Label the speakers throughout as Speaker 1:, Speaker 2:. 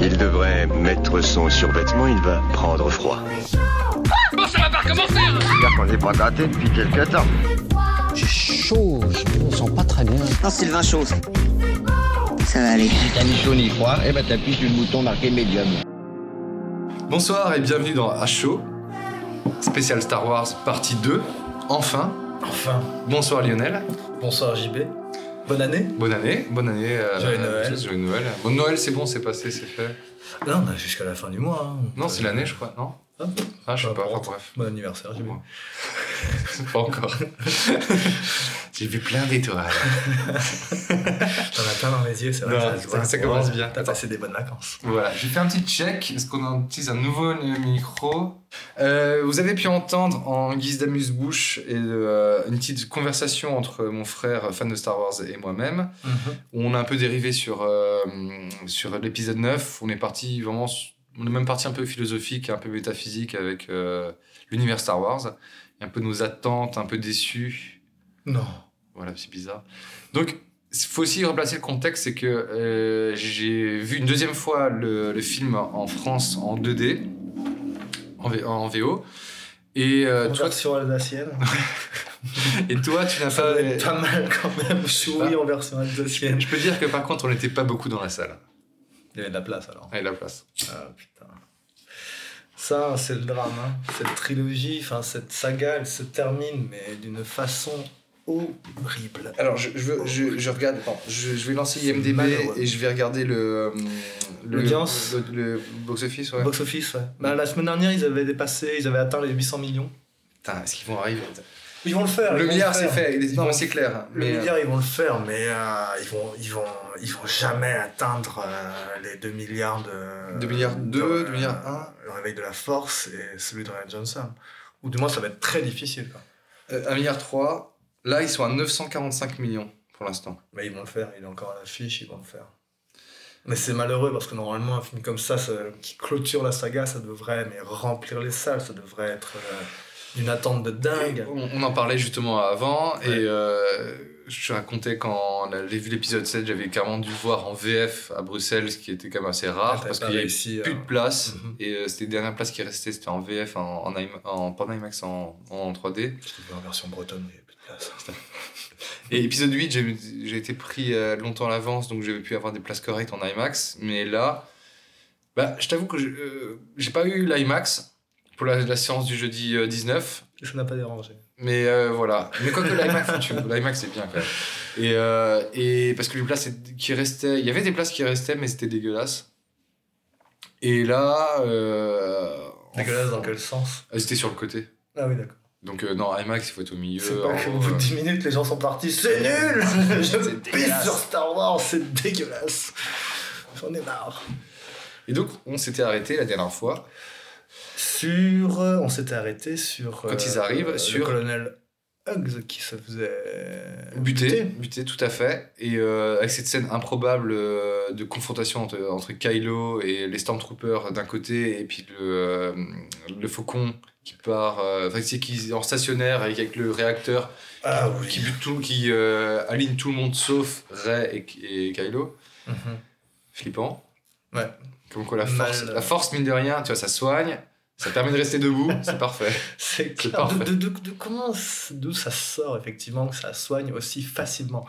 Speaker 1: Il devrait mettre son survêtement, il va prendre froid.
Speaker 2: Bon, ça va pas recommencer hein
Speaker 3: J'espère qu'on n'est pas gratté depuis quelques temps.
Speaker 4: J'ai chaud, je me sens pas très bien.
Speaker 5: Non, Sylvain, chose. Ça va aller.
Speaker 6: Si t'as ni chaud ni froid, eh ben t'appuies sur le bouton marqué médium.
Speaker 7: Bonsoir et bienvenue dans H-Show, spécial Star Wars partie 2, enfin.
Speaker 8: Enfin,
Speaker 7: Bonsoir Lionel,
Speaker 8: bonsoir JB. Bonne année.
Speaker 7: bonne année, bonne année. euh,
Speaker 8: Joyeux Noël.
Speaker 7: à tous, Joyeux Noël. Bon, Noël c'est bon, c'est passé, c'est fait.
Speaker 8: Non, on a jusqu'à la fin du mois. hein.
Speaker 7: Non, c'est l'année je crois, non
Speaker 8: Ah,
Speaker 7: Ah, je sais pas,
Speaker 8: Bon,
Speaker 7: enfin, bref.
Speaker 8: Bon anniversaire JB.
Speaker 7: Bon. pas encore. J'ai vu plein d'étoiles.
Speaker 8: T'en as plein dans les yeux, c'est vrai.
Speaker 7: Non,
Speaker 8: ça se
Speaker 7: ça-
Speaker 8: voit.
Speaker 7: ça commence bien.
Speaker 8: T'as passé des bonnes vacances.
Speaker 7: Voilà, j'ai fait un petit check. Est-ce qu'on utilise un nouveau micro Euh, Vous avez pu entendre en guise d'amuse-bouche et de, euh, une petite conversation entre mon frère, fan de Star Wars, et moi-même. où On a un peu dérivé sur, euh, sur l'épisode 9. On est parti vraiment. su- On est même parti un peu philosophique, un peu métaphysique avec euh, l'univers Star Wars. Et un peu nos attentes, un peu déçus.
Speaker 8: Non.
Speaker 7: Voilà, c'est bizarre. Donc, il faut aussi replacer le contexte, c'est que euh, j'ai vu une deuxième fois le, le film en France en 2D, en, V- en VO. Et, euh, toi,
Speaker 8: version alsacienne.
Speaker 7: et toi, tu n'as
Speaker 8: Ça
Speaker 7: pas...
Speaker 8: doit être pas mal quand même. Souris en version alsacienne.
Speaker 7: Je peux dire que par contre, on n'était pas beaucoup dans la salle.
Speaker 8: Il y avait de la place alors.
Speaker 7: Allez, la place.
Speaker 8: Ah putain. Ça, c'est le drame. hein. Cette trilogie, enfin cette saga, elle se termine, mais d'une façon horrible.
Speaker 7: Alors, je, je, veux- je, je regarde... attends, je, je vais lancer
Speaker 8: C'est
Speaker 7: IMDB
Speaker 8: malheureux.
Speaker 7: et je vais regarder le... euh, le-
Speaker 8: L'audience.
Speaker 7: Le, le box-office, ouais.
Speaker 8: Box office, ouais. Bah, la semaine dernière, ils avaient dépassé, ils avaient atteint les 800 millions.
Speaker 7: Putain, est-ce qu'ils vont arriver
Speaker 8: Ils vont le faire. ils
Speaker 7: Le
Speaker 8: vont
Speaker 7: milliard,
Speaker 8: le
Speaker 7: c'est
Speaker 8: faire.
Speaker 7: fait. il est-
Speaker 8: Ils
Speaker 7: Non,
Speaker 8: vont-
Speaker 7: mais c'est clair.
Speaker 8: Le
Speaker 7: Mais, euh,
Speaker 8: milliard, ils vont le faire, mais euh, ils, vont, ils, vont, ils vont jamais atteindre euh, les 2 milliards de.
Speaker 7: 2 milliards 2,
Speaker 8: de-
Speaker 7: 2 milliards 1.
Speaker 8: Le réveil de la force et celui de Ryan Johnson. Ou du moins, ça va être très difficile. quoi.
Speaker 7: Euh, 1,3 milliard. Là, ils sont à 945 millions pour l'instant.
Speaker 8: Mais ils vont le faire, il est encore à l'affiche, ils vont le faire. Mais c'est malheureux parce que normalement, un film comme ça, ça- qui clôture la saga, ça devrait mais remplir les salles, ça devrait être euh, une attente de dingue.
Speaker 7: On, on en parlait justement avant
Speaker 8: Ouais.
Speaker 7: et euh, je racontais quand on j'ai vu l'épisode 7, j'avais carrément dû voir en VF à Bruxelles, ce qui était quand même assez
Speaker 8: Ah,
Speaker 7: rare parce qu'il y avait
Speaker 8: ici.
Speaker 7: plus de place
Speaker 8: Mhm.
Speaker 7: et euh, c'était les dernières places qui restaient, c'était en VF, en, en, IMA- en, pas en IMAX, en, en 3D.
Speaker 8: en version bretonne, il y a plus de place.
Speaker 7: Et épisode 8, j'ai j'ai été pris euh, longtemps à l'avance, donc j'avais pu avoir des places correctes en IMAX. Mais là, bah, je t'avoue que je- euh, j'ai pas eu l'IMAX pour la, la séance du jeudi euh, 19.
Speaker 8: Ça n'a pas dérangé.
Speaker 7: Mais euh, voilà. Mais quoique l'IMAX, tu- l'IMAX c'est bien quand même. Et, euh, et parce que les places qui restaient, il y avait des places qui restaient, mais c'était dégueulasse. Et là, euh,
Speaker 8: Dégueulasse dans quel sens
Speaker 7: euh, c'était sur le côté.
Speaker 8: Ah oui, d'accord.
Speaker 7: Donc euh, non, IMAX, il faut être au milieu.
Speaker 8: C'est pas
Speaker 7: en- euh.
Speaker 8: qu'au bout de 10 minutes, les gens sont partis. C'est nul Je pisse
Speaker 7: dégueulasse.
Speaker 8: sur Star Wars, c'est dégueulasse. J'en ai marre.
Speaker 7: Et donc, on s'était arrêté la dernière fois.
Speaker 8: Sur. euh, On s'était arrêté sur. euh,
Speaker 7: Quand ils arrivent, sur-
Speaker 8: Le colonel Huggs qui se faisait. euh,
Speaker 7: Buté, buté, tout à fait. Et euh, avec cette scène improbable euh, de confrontation entre, entre Kylo et les Stormtroopers d'un côté, et puis le, euh, le faucon qui part, euh, enfin, c'est qui est en stationnaire avec, avec le réacteur
Speaker 8: Ah
Speaker 7: qui
Speaker 8: oui.
Speaker 7: bute tout, qui euh, aligne tout le monde sauf Rey et, et Kylo.
Speaker 8: Mhm.
Speaker 7: Flippant.
Speaker 8: Ouais.
Speaker 7: Comme quoi la force,
Speaker 8: Mal, euh.
Speaker 7: la force, mine de rien, tu vois, ça soigne, ça permet de rester debout, c'est parfait.
Speaker 8: C'est
Speaker 7: C'est
Speaker 8: clair.
Speaker 7: parfait.
Speaker 8: De, de- de- de comment, d'où ça sort effectivement que ça soigne aussi facilement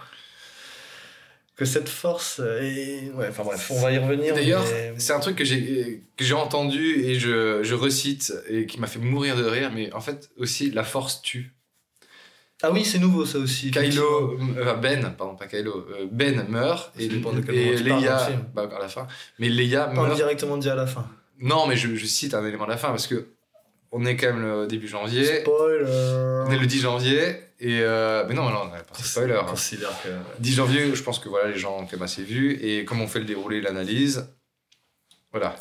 Speaker 8: que cette force euh, est. Ouais, enfin bref, on va y revenir.
Speaker 7: D'ailleurs,
Speaker 8: mais-
Speaker 7: c'est un truc que j'ai que j'ai entendu et je, je recite et qui m'a fait mourir de rire, mais en fait aussi la force tue.
Speaker 8: ah oui, c'est nouveau ça aussi.
Speaker 7: Kylo, euh, enfin, Ben, pardon pas Kylo, euh, Ben meurt
Speaker 8: Ça
Speaker 7: et,
Speaker 8: dépend de quel
Speaker 7: et
Speaker 8: moment tu parles dans
Speaker 7: Leia,
Speaker 8: le film.
Speaker 7: bah, à la fin, mais Leia
Speaker 8: effectivement. On
Speaker 7: meurt.
Speaker 8: parle directement dit à la fin.
Speaker 7: Non, mais je, je cite un élément de la fin parce que on est quand même le début janvier, on est
Speaker 8: Spoiler.
Speaker 7: le 10 janvier et euh, mais non, non, non, pas de spoiler. hein.
Speaker 8: Considère que.
Speaker 7: 10 janvier, je pense que voilà, les gens ont quand même assez vu. Et comme on fait le déroulé, l'analyse, voilà.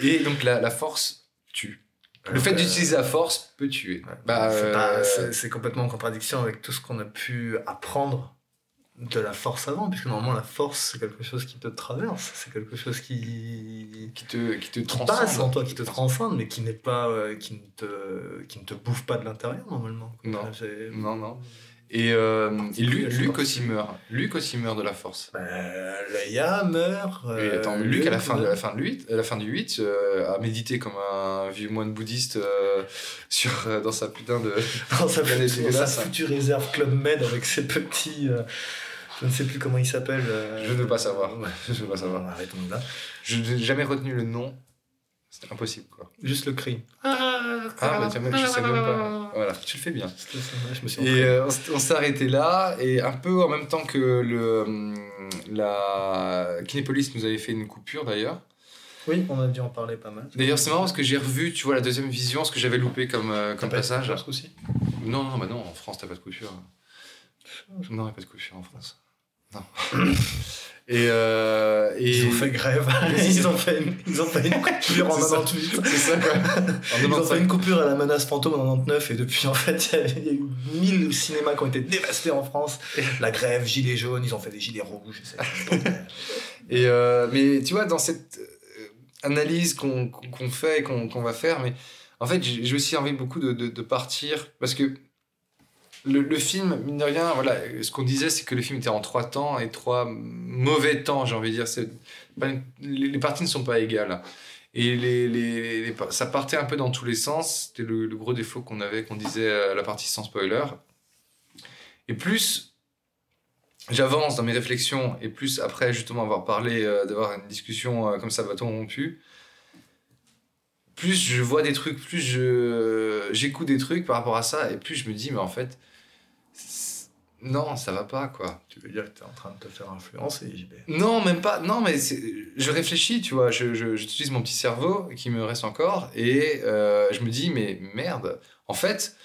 Speaker 7: et donc la, la force tue. Le fait
Speaker 8: Euh,
Speaker 7: d'utiliser la force peut tuer.
Speaker 8: ouais.
Speaker 7: Bah,
Speaker 8: C'est pas-
Speaker 7: euh,
Speaker 8: c'est- c'est complètement en contradiction avec tout ce qu'on a pu apprendre de la force avant, puisque normalement la force c'est quelque chose qui te traverse, c'est quelque chose qui
Speaker 7: qui te, qui te
Speaker 8: qui passe en
Speaker 7: transcende.
Speaker 8: toi, qui te transcende, mais qui n'est pas, euh, qui ne te, qui ne te bouffe pas de l'intérieur normalement.
Speaker 7: Non.
Speaker 8: C'est-
Speaker 7: Non, non. Et, euh, et Lu- Luke aussi meurt. Luke aussi meurt de la force.
Speaker 8: Euh, Leia meurt.
Speaker 7: Et
Speaker 8: euh,
Speaker 7: attends, Luke, à la fin, de,
Speaker 8: meurt.
Speaker 7: la fin, de 8, à la fin du 8, euh, a médité comme un vieux moine bouddhiste euh, sur, euh, dans sa putain de.
Speaker 8: Dans sa,
Speaker 7: Regardez, c'est
Speaker 8: dans sa
Speaker 7: dégueulasse, hein.
Speaker 8: foutue réserve Club Med avec ses petits. euh, je ne sais plus comment il s'appelle. euh,
Speaker 7: Je ne veux pas savoir.
Speaker 8: ouais.
Speaker 7: Je veux pas savoir.
Speaker 8: Arrêtons là.
Speaker 7: Je n'ai jamais retenu le nom. C'est impossible, quoi.
Speaker 8: Juste le cri.
Speaker 7: Ah, bah tiens, même, je sais même pas. Voilà, tu le fais bien.
Speaker 8: Juste le son, ouais, je me suis
Speaker 7: Et euh, on s- on s'est arrêté là, et un peu en même temps que le, hum, la Kinépolis nous avait fait une coupure d'ailleurs.
Speaker 8: Oui, on a dû en parler pas mal.
Speaker 7: D'ailleurs, c'est marrant parce que j'ai revu, tu vois, la deuxième vision, ce que j'avais loupé comme, euh, comme
Speaker 8: T'as pas-
Speaker 7: passage.
Speaker 8: t'as pas aussi
Speaker 7: Non, non, bah non, en France, t'as pas de coupure. Non, y a pas de coupure en France. Non. et. euh, et...
Speaker 8: Ils ont fait grève. ils, ont fait une, ils ont fait une coupure en
Speaker 7: C'est ça.
Speaker 8: 98.
Speaker 7: C'est ça, quoi. En
Speaker 8: Ils ont
Speaker 7: 95.
Speaker 8: fait une coupure à la menace fantôme en 99 et depuis en fait il y a eu 1000 cinémas qui ont été dévastés en France. La grève, gilets jaunes, ils ont fait des gilets rouges. c'est-
Speaker 7: Et euh, mais tu vois, dans cette euh, analyse qu'on qu'on- qu'on fait et qu'on qu'on va faire, mais en fait, j'ai j'ai aussi envie beaucoup de, de- de partir parce que le, le film, mine de rien, voilà, euh, ce qu'on disait, c'est que le film était en trois temps et trois mauvais temps, j'ai envie de dire. C'est pas une- les, les parties ne sont pas égales. Et les, les- les par- ça partait un peu dans tous les sens. C'était le, le gros défaut qu'on avait, qu'on disait à la partie sans spoiler. Et plus j'avance dans mes réflexions et plus après justement avoir parlé, euh, d'avoir une discussion euh, comme ça, bâton rompu, plus je vois des trucs, plus je j'écoute des trucs par rapport à ça et plus je me dis mais en fait c'est- non ça va pas quoi.
Speaker 8: Tu veux dire que t'es en train de te faire influencer, JB
Speaker 7: Non même pas non mais c'est- je réfléchis tu vois, je je- j'utilise mon petit cerveau qui me reste encore et euh, je me dis mais merde en fait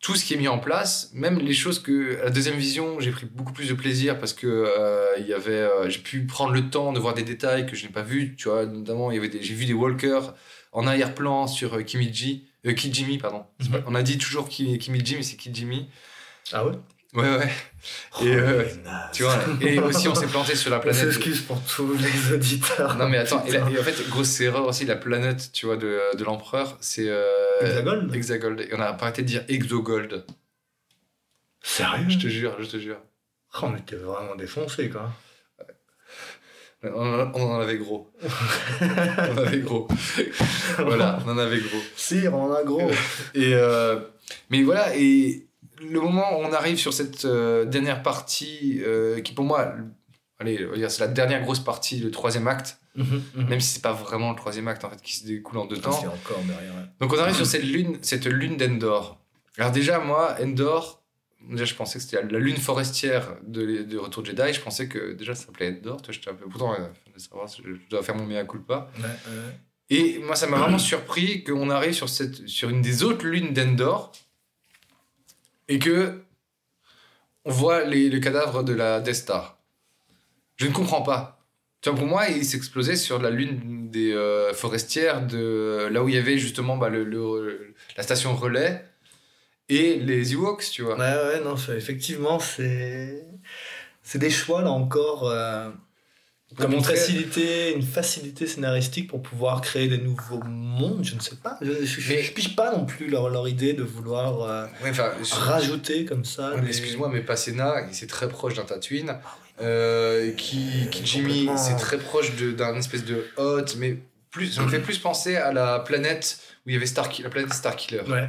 Speaker 7: tout ce qui est mis en place, même les choses que à la deuxième vision, j'ai pris beaucoup plus de plaisir parce que euh, il y avait, euh, j'ai pu prendre le temps de voir des détails que je n'ai pas vus. Tu vois, notamment il y avait des, j'ai vu des walkers en arrière-plan sur euh, Kimiji, euh, Kijimi pardon. C'est pas- on a dit toujours Ki- Kimiji mais c'est Kijimi.
Speaker 8: Ah ouais
Speaker 7: Ouais ouais.
Speaker 8: Oh,
Speaker 7: Et, euh, Tu vois. Et aussi on s'est planté sur la
Speaker 8: On
Speaker 7: planète.
Speaker 8: s'excuse pour tous les auditeurs.
Speaker 7: Non mais attends, et, la-
Speaker 8: Putain.
Speaker 7: et en fait grosse erreur aussi la planète, tu vois, de, de l'empereur, c'est euh,
Speaker 8: Hexagone
Speaker 7: Hexagold. Et on a pas arrêté de dire Exogold.
Speaker 8: Sérieux
Speaker 7: Je te jure, je te jure.
Speaker 8: Oh, mais t'es vraiment défoncé, quoi.
Speaker 7: On en- on en avait gros. on en avait gros. voilà, on en avait gros.
Speaker 8: Si, on a gros.
Speaker 7: Et euh, mais voilà, et le moment où on arrive sur cette euh, dernière partie, euh, qui pour moi, allez, on va dire, c'est la dernière grosse partie, le troisième acte, même si c'est pas vraiment le troisième acte en fait, qui se découle en deux temps.
Speaker 8: C'est encore derrière. ouais.
Speaker 7: Donc on arrive sur cette lune, cette lune d'Endor. Alors déjà moi, Endor, déjà je pensais que c'était la lune forestière de, de Retour de Jedi. Je pensais que déjà ça s'appelait Endor. Toi, je t'ai un peu- pourtant, euh, de savoir, je, je dois faire mon mea culpa.
Speaker 8: Ouais, ouais.
Speaker 7: Et moi, ça m'a vraiment surpris qu'on arrive sur cette, sur une des autres lunes d'Endor et que on voit les, le cadavre de la Death Star. Je ne comprends pas. Tu vois, pour moi, il s'explosait sur la lune des euh, forestières, de, là où il y avait justement bah, le, le- la station relais et les Ewoks, tu vois.
Speaker 8: Ouais, ouais, non, c'est- effectivement, c'est. C'est des choix, là encore. euh, Comme une
Speaker 7: montrer-
Speaker 8: facilité, une facilité scénaristique pour pouvoir créer des nouveaux mondes, je ne sais pas. Je, je, je-
Speaker 7: Mais-
Speaker 8: je pige pas non plus leur, leur idée de vouloir euh,
Speaker 7: Ouais, enfin, je-
Speaker 8: rajouter comme ça.
Speaker 7: Ouais, mais
Speaker 8: des-
Speaker 7: excuse-moi, mais Passena, c'est très proche d'un Tatooine. Euh, qui, qui Jimmy,
Speaker 8: complètement.
Speaker 7: c'est très proche de- d'un espèce de hot, mais plus, ça me fait plus penser à la planète où il y avait Star, la planète Starkiller.
Speaker 8: Ouais.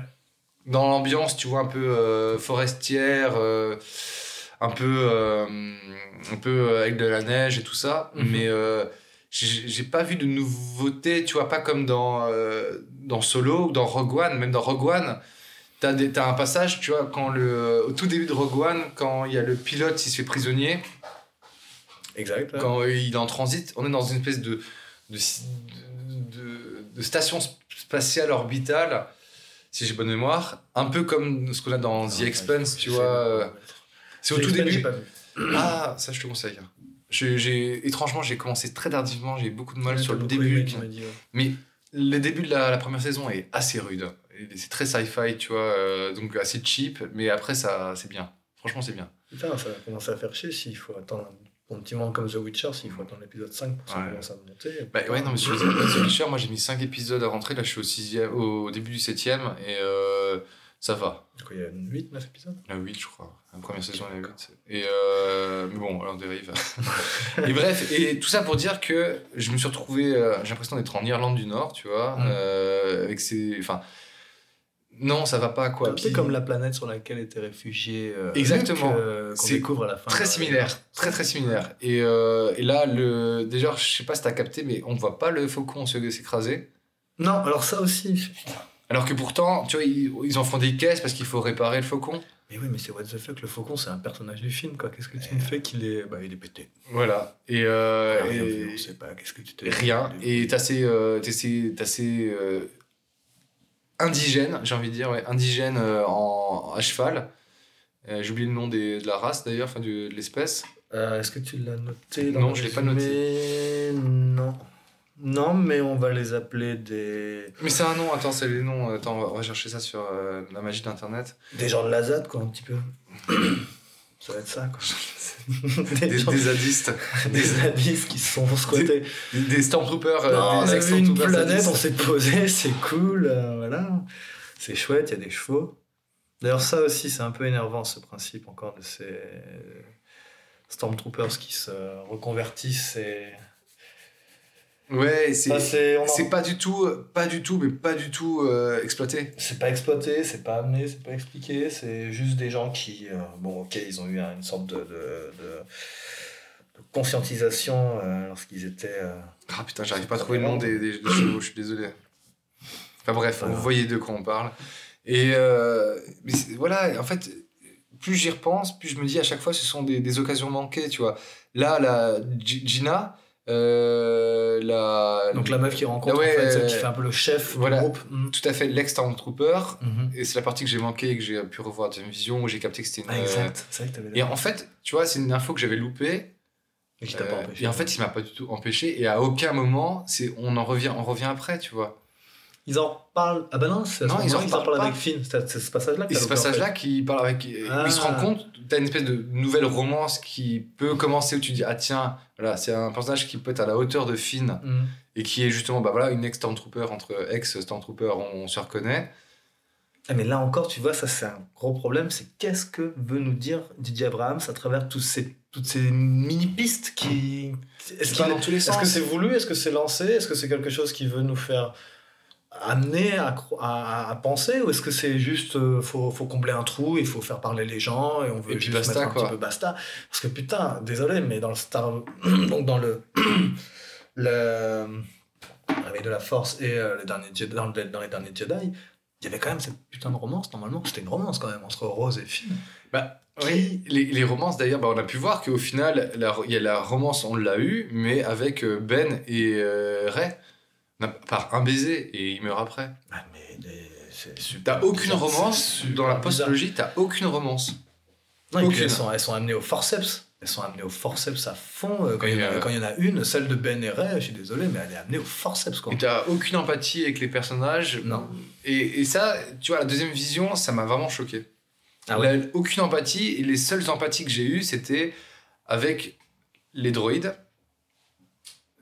Speaker 7: Dans l'ambiance, tu vois, un peu euh, forestière, euh, un peu, euh, un peu avec de la neige et tout ça,
Speaker 8: Mhm.
Speaker 7: mais euh, j'ai j'ai pas vu de nouveauté, tu vois, pas comme dans, euh, dans Solo ou dans Rogue One, même dans Rogue One. T'as, des- t'as un passage, tu vois, quand le, au tout début de Rogue One, quand il y a le pilote, il se fait prisonnier,
Speaker 8: Exact. ouais.
Speaker 7: quand il est en transit, on est dans une espèce de, de, si- de- de- de station sp- spatiale orbitale, si j'ai bonne mémoire, un peu comme ce qu'on a dans The
Speaker 8: Ah, Ouais,
Speaker 7: Expanse, tu
Speaker 8: je sais
Speaker 7: vois.
Speaker 8: pas.
Speaker 7: euh, C'est au
Speaker 8: The
Speaker 7: tout
Speaker 8: Expanse, j'ai
Speaker 7: début.
Speaker 8: pas vu.
Speaker 7: Ah, ça, je te conseille. Je- j'ai, étrangement, j'ai commencé très tardivement, j'ai eu beaucoup de mal
Speaker 8: J'ai
Speaker 7: sur le
Speaker 8: beaucoup
Speaker 7: début.
Speaker 8: aimé, tu m'as dit, ouais.
Speaker 7: Mais le début de la, la première saison est assez rude. Et C'est très sci-fi, tu vois, euh, donc assez cheap, mais après, ça, c'est bien. Franchement, c'est bien.
Speaker 8: Putain, ça va commencer à faire chier s'il faut attendre un bon petit moment comme The Witcher, s'il faut attendre l'épisode 5 pour que ça
Speaker 7: Ouais.
Speaker 8: commence à monter.
Speaker 7: Bah ouais, non, mais sur The Witcher, moi j'ai mis 5 épisodes à rentrer, là je suis au, sixième, au début du 7 et euh, Ça va.
Speaker 8: Du coup, il y a 8, 9 épisodes.
Speaker 7: La 8, je crois. La première saison, la 8. Et euh, mais bon, alors on dérive. et bref, et tout ça pour dire que je me suis retrouvé, euh, j'ai l'impression d'être en Irlande du Nord, tu vois,
Speaker 8: Mm.
Speaker 7: euh, avec ces. Enfin. Non, ça va pas, quoi.
Speaker 8: Un peu
Speaker 7: Puis-
Speaker 8: comme la planète sur laquelle était réfugié. euh,
Speaker 7: Exactement.
Speaker 8: Luke, euh, qu'on
Speaker 7: C'est
Speaker 8: découvre à la fin.
Speaker 7: Très similaire, très très similaire. Et, euh, et là, le... déjà, je sais pas si t'as capté, mais on voit pas le faucon se- s'écraser.
Speaker 8: Non, alors ça aussi.
Speaker 7: Alors que pourtant, tu vois, ils, ils en font des caisses parce qu'il faut réparer le faucon.
Speaker 8: Mais oui, mais c'est what the fuck, le faucon, c'est un personnage du film, quoi. Qu'est-ce que tu me fais qu'il est. Bah, il est pété.
Speaker 7: Voilà. Et, euh,
Speaker 8: Ah, Rien
Speaker 7: et-
Speaker 8: vu, on sait pas. Qu'est-ce que tu t'es.
Speaker 7: Rien. Et t'as ces, euh, t'as ces- t'as ces, euh, indigènes, j'ai envie de dire, ouais, indigènes euh, en, à cheval. Euh, j'ai oublié le nom des, de la race d'ailleurs, enfin du- de l'espèce.
Speaker 8: Euh, Est-ce que tu l'as noté
Speaker 7: Non, je l'ai pas
Speaker 8: noté. Non. Non, mais on va les appeler des.
Speaker 7: Mais c'est un nom, attends, c'est les noms. Attends, on va- on va chercher ça sur euh, la magie d'internet.
Speaker 8: Des gens de la ZAD, quoi, un petit peu. ça va être ça, quoi. des,
Speaker 7: Des,
Speaker 8: gens-
Speaker 7: des zadistes.
Speaker 8: des zadistes qui se sont squattés.
Speaker 7: Des, des stormtroopers. euh,
Speaker 8: Non, on
Speaker 7: des
Speaker 8: a vu une
Speaker 7: ex-stormtroopers
Speaker 8: planète,
Speaker 7: zadistes.
Speaker 8: on s'est posé, c'est cool, euh, voilà. C'est chouette, il y a des chevaux. D'ailleurs, ça aussi, c'est un peu énervant ce principe encore de ces Stormtroopers qui se reconvertissent et.
Speaker 7: Ouais, c'est.
Speaker 8: Ça, Ah, c'est on en-
Speaker 7: C'est pas du tout, pas du tout, mais pas du tout euh, exploité.
Speaker 8: C'est pas exploité, c'est pas amené, c'est pas expliqué, c'est juste des gens qui, euh, bon, ok, ils ont eu un- une sorte de, de, de- de conscientisation euh, lorsqu'ils étaient. euh,
Speaker 7: Ah putain, j'arrive pas à trouver le nom des, des- des chevaux, je suis désolé. Enfin bref,
Speaker 8: Voilà.
Speaker 7: vous voyez de quoi on parle. Et euh, mais c'est- voilà, en fait, plus j'y repense, plus je me dis à chaque fois, ce sont des, des occasions manquées, tu vois. Là, la G- Gina, euh, la.
Speaker 8: Donc la meuf qui rencontre,
Speaker 7: Ah ouais,
Speaker 8: en fait, celle
Speaker 7: euh,
Speaker 8: qui fait un peu le chef
Speaker 7: voilà.
Speaker 8: du groupe. Mhm.
Speaker 7: Tout à fait, l'ex-Stormtrooper.
Speaker 8: Mhm.
Speaker 7: Et c'est la partie que j'ai manquée et que j'ai pu revoir à Deuxième Vision, où j'ai capté que c'était une.
Speaker 8: Ah, exact, c'est vrai que t'avais
Speaker 7: Euh, Et en fait, tu vois, c'est une info que j'avais loupée
Speaker 8: Et qui t'a pas
Speaker 7: Euh,
Speaker 8: empêché.
Speaker 7: et en fait, il m'a pas du tout empêché. Et à aucun moment, c'est on en revient, on revient après, tu
Speaker 8: Ah,
Speaker 7: vois.
Speaker 8: ils en parlent. Ah bah non, c'est à ce
Speaker 7: Non, ils
Speaker 8: moment-là
Speaker 7: en
Speaker 8: qu'ils en
Speaker 7: parlent
Speaker 8: parlent
Speaker 7: pas.
Speaker 8: avec Finn. C'est c'est ce passage-là que
Speaker 7: Et
Speaker 8: t'as
Speaker 7: ce
Speaker 8: loupé, en fait.
Speaker 7: passage-là qui parle avec,
Speaker 8: Ah.
Speaker 7: il se rend compte, t'as une espèce de nouvelle romance qui peut commencer où tu dis ah tiens, voilà, c'est un personnage qui peut être à la hauteur de Finn
Speaker 8: Mhm.
Speaker 7: et qui est justement bah voilà une ex Stormtrooper entre ex Stormtrooper, on, on se reconnaît.
Speaker 8: Ah, mais là encore, tu vois, ça c'est un gros problème, c'est qu'est-ce que veut nous dire Didier Abrahams à travers tous ces, toutes ces mini-pistes qui... Est-ce qu'il-
Speaker 7: tous les
Speaker 8: est-ce que c'est voulu Est-ce que c'est lancé Est-ce que c'est quelque chose qui veut nous faire amener à, cro- à- à penser Ou est-ce que c'est juste, euh, faut, faut combler un trou, il faut faire parler les gens, et on veut
Speaker 7: Et puis
Speaker 8: juste
Speaker 7: basta,
Speaker 8: mettre un
Speaker 7: quoi.
Speaker 8: petit peu basta Parce que putain, désolé, mais dans le Star... Donc dans le... le... Avec de la force et euh, le dernier Jedi, dans, le- dans les derniers Jedi, il y avait quand même cette putain de romance, normalement. C'était une romance quand même entre Rose et Finn.
Speaker 7: Oui, les, les romances d'ailleurs, bah, on a pu voir qu'au final, la- il y a la romance, on l'a eu, mais avec euh, Ben et euh, Ray, On a- par un baiser et il meurt après.
Speaker 8: Ah, mais les- c'est super.
Speaker 7: T'as aucune
Speaker 8: bizarre, c'est
Speaker 7: romance
Speaker 8: super
Speaker 7: dans la
Speaker 8: bizarre.
Speaker 7: postologie, t'as aucune romance.
Speaker 8: Non, et puis
Speaker 7: Aucune.
Speaker 8: elles, sont, elles sont amenées au forceps. Elles sont amenées au forceps à fond. euh, Quand
Speaker 7: Et
Speaker 8: il y, en a-
Speaker 7: euh,
Speaker 8: quand il y en a une, celle de Ben et Ray, je suis désolé, mais elle est amenée au forceps. Quoi.
Speaker 7: Et t'as aucune empathie avec les personnages.
Speaker 8: Non.
Speaker 7: Et, et ça, tu vois, la deuxième vision, ça m'a vraiment choqué.
Speaker 8: Ah ouais.
Speaker 7: La- aucune empathie, et les seules empathies que j'ai eues, c'était avec les droïdes.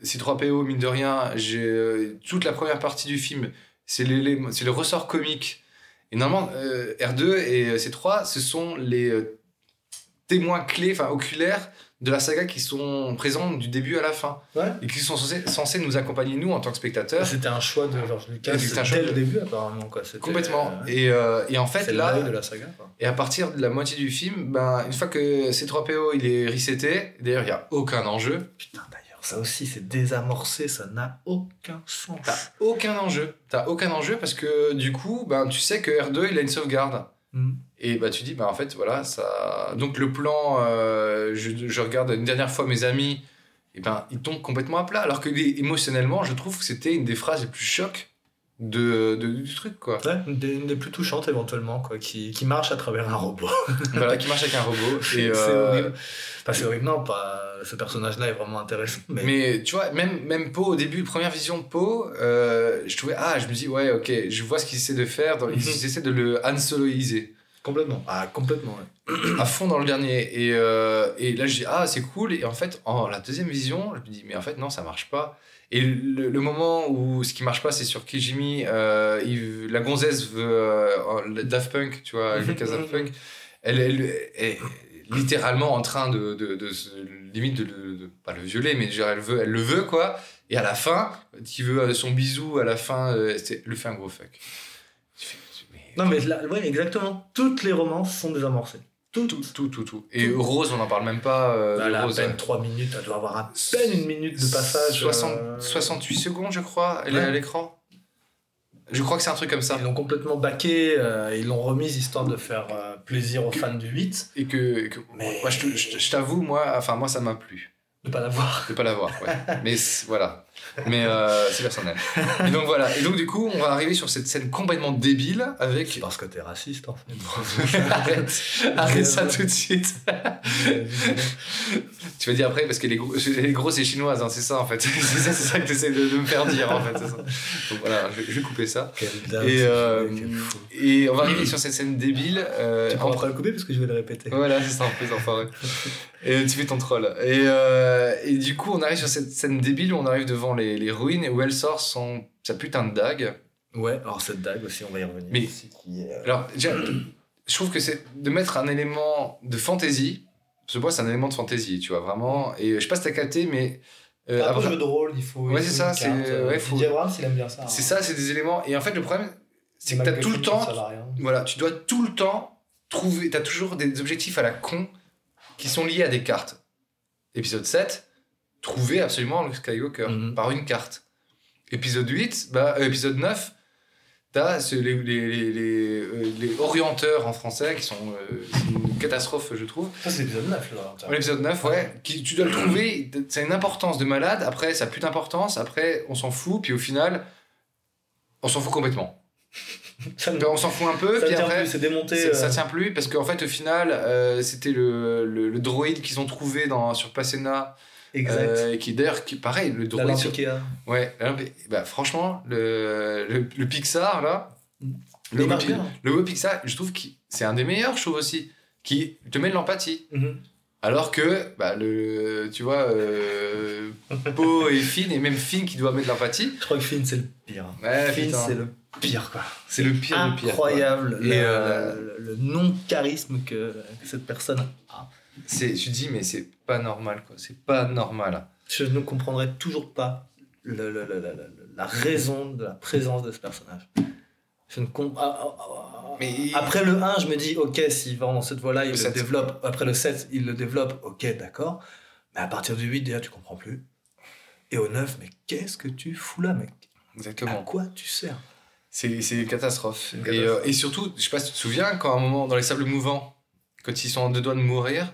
Speaker 7: Ces 3 PO, mine de rien, j'ai euh, toute la première partie du film, c'est l'élé- c'est le ressort comique. Et normalement, euh, R2 et C3, ce sont les euh, témoins clés, enfin oculaires, de la saga qui sont présents du début à la fin.
Speaker 8: Ouais.
Speaker 7: Et qui sont censés, censés nous accompagner, nous, en tant que spectateurs.
Speaker 8: C'était un choix de George Lucas
Speaker 7: Et c'est un
Speaker 8: dès
Speaker 7: choix
Speaker 8: le
Speaker 7: de-
Speaker 8: début, apparemment. Quoi. C'était,
Speaker 7: Complètement.
Speaker 8: euh,
Speaker 7: Et, euh, et en fait,
Speaker 8: c'est
Speaker 7: là,
Speaker 8: l'œil de la saga. Quoi.
Speaker 7: et à partir de la moitié du film, ben, une fois que C3PO il est reseté, d'ailleurs il n'y a aucun enjeu,
Speaker 8: Putain, d'ailleurs, ça aussi, c'est désamorcé, ça n'a aucun sens.
Speaker 7: t'as aucun enjeu, t'as aucun enjeu parce que du coup, ben, tu sais que R2 il a une sauvegarde.
Speaker 8: Mm.
Speaker 7: Et bah tu dis, bah en fait, voilà, ça. Donc le plan, euh, je, je regarde une dernière fois mes amis, et ben ils tombent complètement à plat. Alors que les- émotionnellement, je trouve que c'était une des phrases les plus chocs de, de- du truc, quoi.
Speaker 8: Ouais, une, des, une des plus touchantes, éventuellement, quoi, qui, qui marche à travers un robot.
Speaker 7: voilà, qui marche avec un robot. Et,
Speaker 8: c'est
Speaker 7: euh,
Speaker 8: horrible. Enfin, c'est horrible, non, pas... ce personnage-là est vraiment intéressant. Mais,
Speaker 7: Mais tu vois, même, même Poe, au début, première vision de Poe, euh, je trouvais, ah, je me dis, ouais, ok, je vois ce qu'ils essaient de faire, dans, ils
Speaker 8: Mhm.
Speaker 7: essaient de le Han Soloiser.
Speaker 8: Complètement. Ah, complètement, ouais.
Speaker 7: à fond dans le dernier. Et, euh, et là, je dis, ah, c'est cool. Et en fait, en la deuxième vision, je me dis, mais en fait, non, ça marche pas. Et le, le moment où ce qui marche pas, c'est sur Kijimi, euh, il- la gonzesse veut. euh, le Daft Punk, tu vois, Lucas Daft Punk, elle, elle est littéralement en train de. de, de se- limite, de, le- de- pas le violer, mais genre, elle, veut, elle le veut, quoi. Et à la fin, qui veut euh, son bisou, à la fin, euh, c'est- elle lui fait un gros fuck. Je fais, mais-
Speaker 8: Non, mais là, ouais, exactement. Toutes les romances sont désamorcées.
Speaker 7: tout, tout, tout, tout, tout. Et Rose, on n'en parle même pas. euh,
Speaker 8: Là,
Speaker 7: de
Speaker 8: là, à
Speaker 7: Rose,
Speaker 8: peine
Speaker 7: euh,
Speaker 8: 3 minutes, elle doit avoir à peine une minute Bah, de passage.
Speaker 7: 60
Speaker 8: euh,
Speaker 7: 68 secondes, je crois, elle est
Speaker 8: Ouais.
Speaker 7: à l'écran. Je crois que c'est un truc comme ça.
Speaker 8: Ils l'ont complètement baqué, euh, ils l'ont remise histoire de faire euh, plaisir aux fans du 8,
Speaker 7: Et que, et que-
Speaker 8: Mais-
Speaker 7: moi, je, te- je- je t'avoue, moi, enfin moi, ça m'a plu
Speaker 8: de pas l'avoir.
Speaker 7: de pas l'avoir. Ouais. Mais c'est- voilà. Mais euh, c'est personnel. Et donc voilà. Et donc du coup, on va arriver sur cette scène complètement débile avec.
Speaker 8: Parce que t'es raciste en fait.
Speaker 7: Arrête, arrête ça tout de suite. Tu vas dire après parce qu'elle est, gro- elle est grosse et chinoise, hein, c'est ça en fait. c'est ça, c'est ça que tu essaies de, de me faire dire en fait. c'est ça. Donc voilà, je, je vais couper ça.
Speaker 8: Quelle dame,
Speaker 7: Et,
Speaker 8: ce
Speaker 7: euh,
Speaker 8: mec, quel fou.
Speaker 7: Et on va arriver sur cette scène débile. euh,
Speaker 8: Tu
Speaker 7: en-
Speaker 8: pourras pas le couper parce que je vais le répéter.
Speaker 7: Voilà, c'est ça, en plus, enfoiré. Et tu fais ton troll. Et, euh, et du coup, on arrive sur cette scène débile où on arrive devant les, les ruines et où elle sort son, sa putain de dague.
Speaker 8: Ouais, alors cette dague aussi, on va y revenir.
Speaker 7: Mais-
Speaker 8: Aussi, qui est, euh,
Speaker 7: Alors, déjà, je trouve que c'est de mettre un élément de fantaisie. Parce que moi, c'est un élément de fantaisie, tu vois, vraiment. Et je sais pas si t'as capté, mais. euh,
Speaker 8: Ah,
Speaker 9: Après,
Speaker 7: après-
Speaker 9: jeu de rôle, il faut.
Speaker 7: Ouais,
Speaker 9: il
Speaker 7: c'est
Speaker 9: faut
Speaker 7: ça,
Speaker 9: une
Speaker 7: c'est-
Speaker 9: carte. Euh,
Speaker 7: ouais, faut-
Speaker 9: DJ Abrams, il aime bien ça.
Speaker 7: c'est
Speaker 9: hein.
Speaker 7: ça, c'est des éléments. Et en fait, le problème, c'est que t'as
Speaker 9: Malgré
Speaker 7: tout le
Speaker 9: ça
Speaker 7: temps
Speaker 9: va
Speaker 8: hein.
Speaker 9: rien.
Speaker 7: Voilà, tu dois tout le temps trouver. T'as toujours des objectifs à la con qui sont liés à des cartes. Épisode 7, trouver absolument le Skywalker
Speaker 8: Mhm.
Speaker 7: par une carte. Épisode 8, bah, euh, épisode 9, t'as ce- les, les, les, les, euh, les orienteurs en français qui sont euh, c'est une catastrophe, je trouve.
Speaker 8: Ça, c'est l'épisode 9, là.
Speaker 7: Ouais, L'épisode 9, ouais, qui, tu dois le trouver. Ça a une importance de malade. Après, ça a plus d'importance. Après, on s'en fout. Puis au final, on s'en fout complètement.
Speaker 8: Ça ne-
Speaker 7: On s'en fout un peu.
Speaker 8: ça
Speaker 7: puis
Speaker 8: tient
Speaker 7: après,
Speaker 8: plus, c'est démonté.
Speaker 7: ça, ça
Speaker 8: euh,
Speaker 7: tient plus parce qu'en fait au final euh, c'était le, le, le droïde qu'ils ont trouvé dans sur Passena
Speaker 8: Exact.
Speaker 7: euh, qui d'ailleurs qui pareil le
Speaker 8: La
Speaker 7: droïde
Speaker 8: lampe
Speaker 7: sur-
Speaker 8: Ikea.
Speaker 7: ouais la lampe- bah, franchement le, le, le Pixar là
Speaker 8: Mm.
Speaker 7: le,
Speaker 8: Il
Speaker 7: mot
Speaker 8: marche
Speaker 7: Pi-
Speaker 8: bien.
Speaker 7: le mot Pixar je trouve que c'est un des meilleurs je trouve aussi qui te met de l'empathie
Speaker 8: Mhm.
Speaker 7: alors que bah, le tu vois euh, Poe et Finn et même Finn qui doit mettre de l'empathie
Speaker 8: Je crois que Finn, c'est le pire.
Speaker 7: Ouais,
Speaker 8: Finn,
Speaker 7: putain.
Speaker 8: c'est le pire, quoi.
Speaker 7: c'est le pire du pire quoi.
Speaker 8: Incroyable.
Speaker 7: Et,
Speaker 8: le,
Speaker 7: euh,
Speaker 8: le- le non-charisme que, que cette personne a.
Speaker 7: c'est tu te dis mais c'est pas normal quoi c'est pas normal
Speaker 8: Je ne comprendrai toujours pas le- le- le- le- le- la raison de la présence de ce personnage. Je ne com- ah, ah, ah, ah.
Speaker 7: Mais-
Speaker 8: Après le 1, je me dis, ok, s'il va dans cette voie-là, il
Speaker 7: Le
Speaker 8: le,
Speaker 7: 7.
Speaker 8: développe. Après le 7, il le développe, ok, d'accord. Mais à partir du 8, déjà, tu comprends plus. Et au 9, mais qu'est-ce que tu fous là, mec À
Speaker 7: exactement
Speaker 8: quoi tu sers
Speaker 7: C'est c'est une catastrophe.
Speaker 8: Une
Speaker 7: Et,
Speaker 8: catastrophe.
Speaker 7: euh, et surtout, je sais pas si tu te souviens, quand à un moment, dans les sables mouvants, quand ils sont en deux doigts de mourir,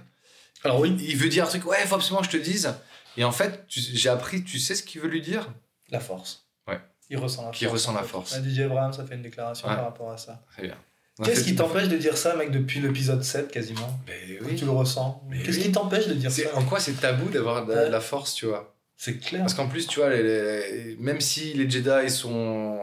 Speaker 8: Alors oui,
Speaker 7: il veut dire un truc, ouais, faut absolument que je te dise. Et en fait, tu- j'ai appris, tu sais ce qu'il veut lui dire
Speaker 9: La force.
Speaker 7: Ouais.
Speaker 9: Il ressent la
Speaker 7: Qu'il
Speaker 9: force.
Speaker 7: ressent la force.
Speaker 9: Ouais, DJ Abrams, ça fait une déclaration
Speaker 7: Ouais.
Speaker 9: par rapport à ça.
Speaker 7: Très bien.
Speaker 9: Qu'est-ce qui t'empêche de dire ça, mec, depuis l'épisode 7 quasiment
Speaker 7: Mais
Speaker 9: Quand Tu
Speaker 7: Ben oui.
Speaker 9: le ressens.
Speaker 7: Mais
Speaker 9: Qu'est-ce
Speaker 7: oui.
Speaker 9: qui t'empêche de dire ça
Speaker 7: C'est- En quoi c'est tabou d'avoir de, la-
Speaker 9: Ouais.
Speaker 7: de la force, tu vois
Speaker 9: C'est clair.
Speaker 7: Parce qu'en plus, tu vois, les- les- même si les Jedi sont.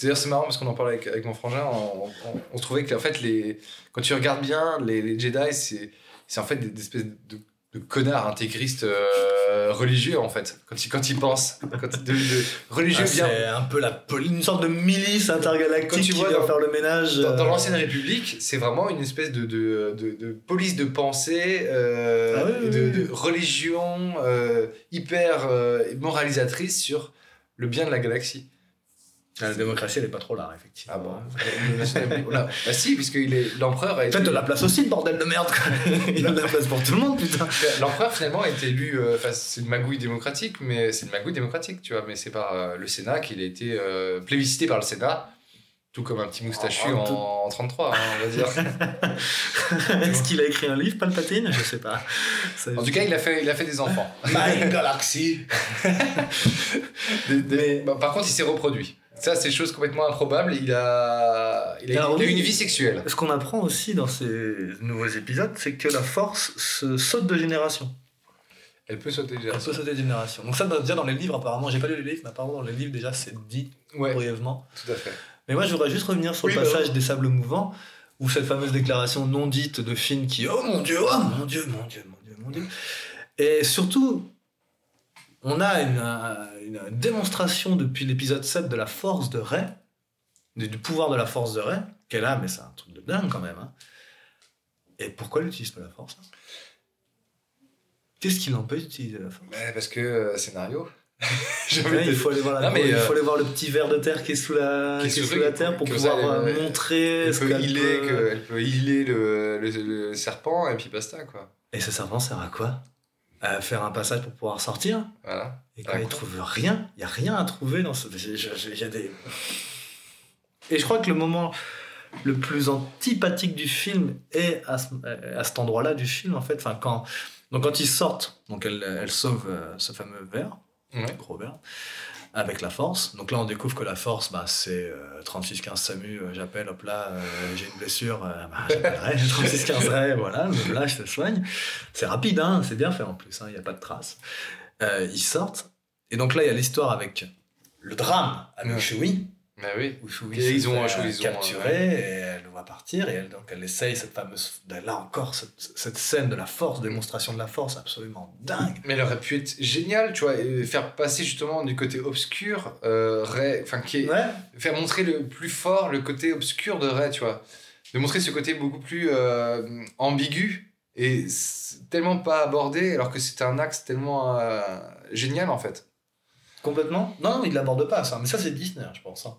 Speaker 7: D'ailleurs, c'est marrant parce qu'on en parlait avec, avec mon frangin, on, on- on se trouvait que, en fait, les... quand tu regardes bien, les, les Jedi, c'est c'est en fait des, des espèces de, de connards intégristes euh, religieux, en fait, quand ils, quand ils pensent. Quand, de, de- religieux,
Speaker 8: Ah,
Speaker 7: bien.
Speaker 8: c'est un peu la poli- une sorte de milice
Speaker 7: Quand
Speaker 8: intergalactique
Speaker 7: tu
Speaker 8: qui
Speaker 7: vois
Speaker 8: vient
Speaker 7: dans-
Speaker 8: faire le ménage.
Speaker 7: Dans, dans
Speaker 8: euh,
Speaker 7: l'ancienne République, c'est vraiment une espèce de, de, de- de police de pensée, euh,
Speaker 8: Ah oui, oui,
Speaker 7: de,
Speaker 8: oui.
Speaker 7: de religion euh, hyper euh, moralisatrice sur le bien de la galaxie.
Speaker 8: Ah, La démocratie, elle est pas trop là, effectivement.
Speaker 7: Ah bon Bah si, puisque il est- l'empereur a été...
Speaker 8: Faites de la place aussi, le bordel de merde. quoi. Il y a de la place pour tout le monde, putain.
Speaker 7: L'empereur finalement a été élu, euh, enfin c'est une magouille démocratique, mais c'est une magouille démocratique, tu vois, mais c'est par euh, le Sénat qu'il a été euh, plébiscité par le Sénat, tout comme un petit moustachu
Speaker 8: Oh,
Speaker 7: en,
Speaker 8: tout-
Speaker 7: en 33, hein, on va dire.
Speaker 8: Est-ce qu'il a écrit un livre, Palpatine Je sais pas. Ça-
Speaker 7: En tout cas, il a fait, il a fait des enfants.
Speaker 9: My Galaxy
Speaker 7: Des- des- Bah, par contre, il s'est reproduit. Ça, c'est chose complètement improbable. Il a, il a,
Speaker 8: Alors,
Speaker 7: il a
Speaker 8: oui.
Speaker 7: eu une vie sexuelle.
Speaker 8: Ce qu'on apprend aussi dans ces nouveaux épisodes, c'est que la force se saute de génération.
Speaker 7: Elle peut sauter déjà.
Speaker 9: La société de génération. Donc ça, dans- déjà dans les livres, apparemment, j'ai pas lu les livres, mais apparemment dans les livres, déjà, c'est dit
Speaker 7: Ouais,
Speaker 9: brièvement.
Speaker 7: tout à fait.
Speaker 8: Mais moi, je voudrais juste revenir sur
Speaker 9: Oui,
Speaker 8: le
Speaker 9: bah
Speaker 8: passage des sables mouvants ou cette fameuse déclaration non dite de Finn qui Oh mon Dieu, oh mon Dieu, mon Dieu, mon Dieu, mon Dieu. Et surtout, on a une, euh, une démonstration depuis l'épisode 7 de la force de Rey, du, du pouvoir de la force de Rey, qu'elle a, mais c'est un truc de dingue quand même. hein. Et pourquoi elle utilise pas la force hein Qu'est-ce qui l'empêche d'utiliser la force
Speaker 7: Ouais, parce que euh, scénario. J'ai envie
Speaker 8: Là,
Speaker 7: de-
Speaker 8: il faut aller voir la-
Speaker 7: Non, mais,
Speaker 8: il faut
Speaker 7: euh,
Speaker 8: aller voir le petit verre de terre qui est sous la,
Speaker 7: qui est
Speaker 8: qui est
Speaker 7: sous
Speaker 8: sous
Speaker 7: le-
Speaker 8: la terre pour
Speaker 7: que
Speaker 8: pouvoir
Speaker 7: ça, elle-
Speaker 8: euh, montrer
Speaker 7: Elle
Speaker 8: ce
Speaker 7: peut
Speaker 8: qu'elle
Speaker 7: healer,
Speaker 8: peut-
Speaker 7: que- elle peut healer le, le- le serpent et puis basta quoi.
Speaker 8: Et ce servant sert à quoi À faire un passage pour pouvoir sortir
Speaker 7: Voilà.
Speaker 8: Et
Speaker 7: Ah,
Speaker 8: quand il
Speaker 7: cool.
Speaker 8: trouve rien, il n'y a rien à trouver dans ce. j'ai- j'ai- j'ai- y a des... Et je crois que le moment le plus antipathique du film est à, ce- euh, à cet endroit-là du film, en fait. Enfin, quand, donc quand ils sortent, donc elle, elle sauve euh, ce fameux verre,
Speaker 7: Ouais.
Speaker 8: gros verre, avec la force. Donc là, on découvre que la force, bah, c'est euh, 3615 SAMU, euh, j'appelle, hop là, euh, j'ai une blessure, euh, bah, j'appellerai, 3615 Ray, voilà, me- là, je te soigne. C'est rapide, hein, c'est bien fait en plus, il n'y a pas de traces. Euh, ils sortent. Et donc là, il y a l'histoire avec le drame avec
Speaker 7: Ouais.
Speaker 8: Chewie,
Speaker 7: Bah oui.
Speaker 8: où Chewie
Speaker 7: Ils
Speaker 8: se
Speaker 7: ont-
Speaker 8: fait,
Speaker 7: Chewie,
Speaker 8: euh,
Speaker 7: ils ont,
Speaker 8: capturer et elle le voit partir et elle, donc elle essaye cette fameuse là encore cette, cette scène de la force démonstration de la force absolument dingue
Speaker 7: Mais elle aurait pu être géniale, tu vois, et faire passer justement du côté obscur, euh, Ray, enfin qui est-
Speaker 8: ouais
Speaker 7: faire montrer le plus fort le côté obscur de Ray, tu vois, de montrer ce côté beaucoup plus euh, ambigu et s- tellement pas abordé, alors que c'était un axe tellement euh, génial en fait.
Speaker 8: Complètement Non, non, il l'aborde pas, ça. Mais ça, c'est Disney, je pense. hein.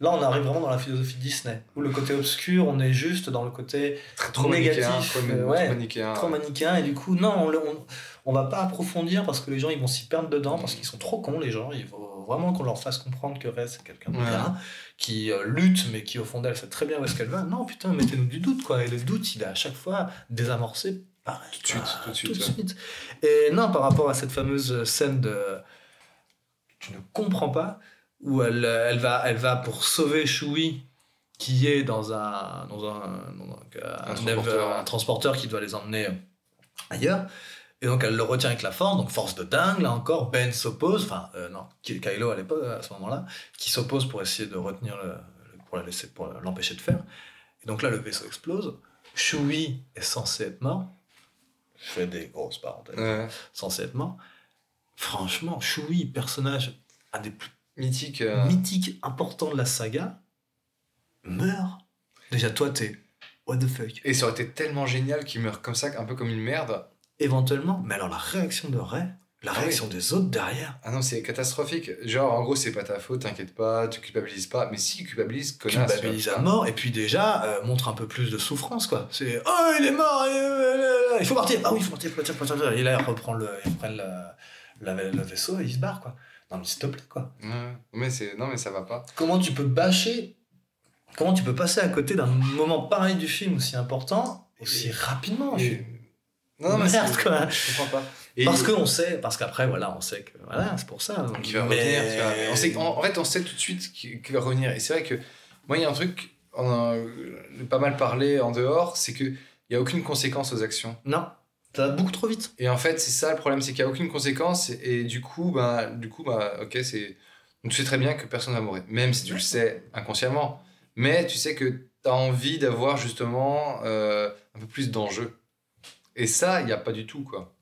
Speaker 8: Là, on arrive vraiment dans la philosophie Disney, où le côté obscur, on est juste dans le côté
Speaker 7: Très
Speaker 8: Trop négatif,
Speaker 7: trop,
Speaker 8: euh, ouais,
Speaker 7: trop manichéen,
Speaker 8: trop
Speaker 7: ouais.
Speaker 8: manichéen, et du coup, non, on, le- on, on va pas approfondir parce que les gens, ils vont s'y perdre dedans, parce qu'ils sont trop cons, les gens. Il faut vraiment qu'on leur fasse comprendre que Ray, c'est quelqu'un de
Speaker 7: Ouais.
Speaker 8: bien, qui euh, lutte, mais qui, au fond d'elle, sait très bien où est-ce qu'elle va. Non, putain, mettez-nous du doute, quoi. Et le doute, il est à chaque fois désamorcé. Pareil,
Speaker 7: Tout de suite,
Speaker 8: Ah,
Speaker 7: tout de
Speaker 8: tout
Speaker 7: suite.
Speaker 8: de
Speaker 7: ouais.
Speaker 8: suite. Et non, par rapport à cette fameuse scène de tu ne comprends pas où elle, euh, elle va elle va pour sauver Shui qui est dans un dans un, dans un- un
Speaker 7: transporteur.
Speaker 8: nav- un transporteur qui doit les emmener euh, ailleurs. Et donc elle le retient avec la force, donc force de dingue, là encore, Ben s'oppose, enfin euh, non, Ki- Kylo à l'époque, à ce moment-là, qui s'oppose pour essayer de retenir, le, le- pour la laisser, pour l'empêcher de faire. Et donc là, le vaisseau explose, Chewie est censé être mort, je fais des grosses parenthèses,
Speaker 7: Ouais.
Speaker 8: censé être mort. Franchement, Chewie, personnage un des plus
Speaker 7: Mythique. euh,
Speaker 8: mythiques importants de la saga, meurt. Déjà toi, t'es what the fuck
Speaker 7: Et ça aurait été tellement génial qu'il meure comme ça, un peu comme une merde.
Speaker 8: éventuellement. Mais alors la réaction de Ray, la
Speaker 7: Ah oui.
Speaker 8: réaction des autres derrière,
Speaker 7: Ah non, c'est catastrophique. Genre, en gros, c'est pas ta faute, t'inquiète pas, tu culpabilises pas. Mais si, culpabilise, connasse.
Speaker 8: culpabilise hein.
Speaker 7: tu vois.
Speaker 8: à mort, et puis déjà euh, montre un peu plus de souffrance quoi. C'est oh il est mort, il, il- il- il faut partir, ah oui il faut partir, faut partir, faut partir. Et là ils reprennent le, ils reprennent la- la- le vaisseau et ils se barrent quoi. Non mais s'il te plaît quoi.
Speaker 7: Ouais. Mais c'est... Non, mais ça va pas.
Speaker 8: Comment tu peux bâcher, comment tu peux passer à côté d'un moment pareil du film aussi important aussi rapidement. je suis-
Speaker 7: Et- Non, non, mais
Speaker 8: Merde,
Speaker 7: c'est-
Speaker 8: quoi.
Speaker 7: Je comprends pas. Et-
Speaker 8: Parce qu'on sait, parce qu'après voilà on sait que voilà c'est pour ça.
Speaker 7: Donc il va
Speaker 8: Mais-
Speaker 7: revenir. tu vois. Mais on sait- en, en fait, on sait tout de suite qu'il qu'il va revenir. Et c'est vrai que moi, il y a un truc, on en a euh, pas mal parlé en dehors, c'est qu'il n'y a aucune conséquence aux actions.
Speaker 8: Non, ça va beaucoup trop vite.
Speaker 7: Et en fait, c'est ça le problème, c'est qu'il n'y a aucune conséquence. Et, et du coup, bah, du coup, bah, ok, c'est. Donc, tu sais très bien que personne va mourir, même si tu le sais inconsciemment. Mais tu sais que tu as envie d'avoir justement euh, un peu plus d'enjeu. Et ça, il n'y a pas du tout, quoi.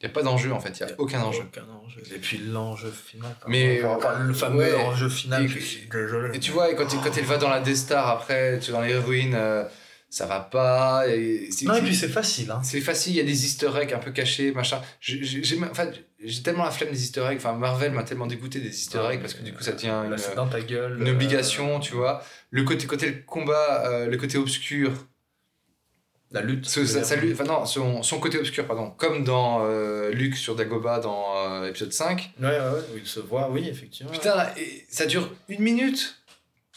Speaker 7: Il n'y a pas d'enjeu, en fait. Il n'y a aucun enjeu.
Speaker 8: Aucun enjeu. Et puis l'enjeu final. quoi.
Speaker 7: Mais-
Speaker 8: Enfin, le fameux
Speaker 7: Ouais.
Speaker 8: enjeu final.
Speaker 7: Et-
Speaker 8: que- que je-
Speaker 7: Et tu vois, et quand, il- quand elle va dans la Death Star après, tu vois, dans les ruines, euh, ça va pas. Et c'est-
Speaker 8: Non, et puis c'est facile. Hein.
Speaker 7: C'est facile, il y a des easter eggs un peu cachés, machin. J'ai- J'ai j'ai- enfin, j'ai tellement la flemme des easter eggs, enfin Marvel m'a tellement dégoûté des easter eggs parce que du coup ça devient
Speaker 8: Là, c'est
Speaker 7: une,
Speaker 8: dans ta gueule.
Speaker 7: une
Speaker 8: euh,
Speaker 7: obligation, tu vois. Le côté, côté le combat, euh, le côté obscur,
Speaker 8: La lutte.
Speaker 7: ce- ça- ça lui- enfin non, son, son côté obscur, pardon, comme dans euh, Luke sur Dagoba dans euh, épisode 5.
Speaker 8: Ouais, ouais, ouais, où il se voit, oui, effectivement.
Speaker 7: Putain, et ça dure une minute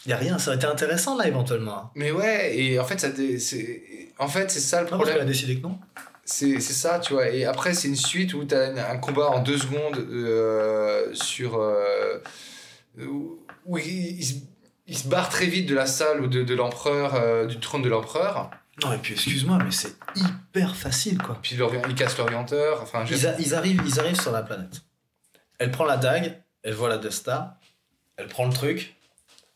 Speaker 8: Il y a rien, ça aurait été intéressant là éventuellement. hein.
Speaker 7: Mais ouais, et en fait, ça dé- c'est en fait, c'est ça le
Speaker 8: Non, parce qu'elle a
Speaker 7: problème.
Speaker 8: décidé que non.
Speaker 7: C'est c'est ça, tu vois. Et après, c'est une suite où t'as un- un combat en deux secondes euh, sur. euh, où où il, il se, il se barre très vite de la salle ou de, de l'empereur, euh, du trône de l'empereur.
Speaker 8: Non, et puis excuse-moi, mais c'est hyper facile quoi.
Speaker 7: Puis l'orient- il casse l'orienteur. Enfin, j'ai-
Speaker 8: Ils, a- ils arrivent, ils arrivent sur la planète. Elle prend la dague, elle voit la Death Star, elle prend le truc.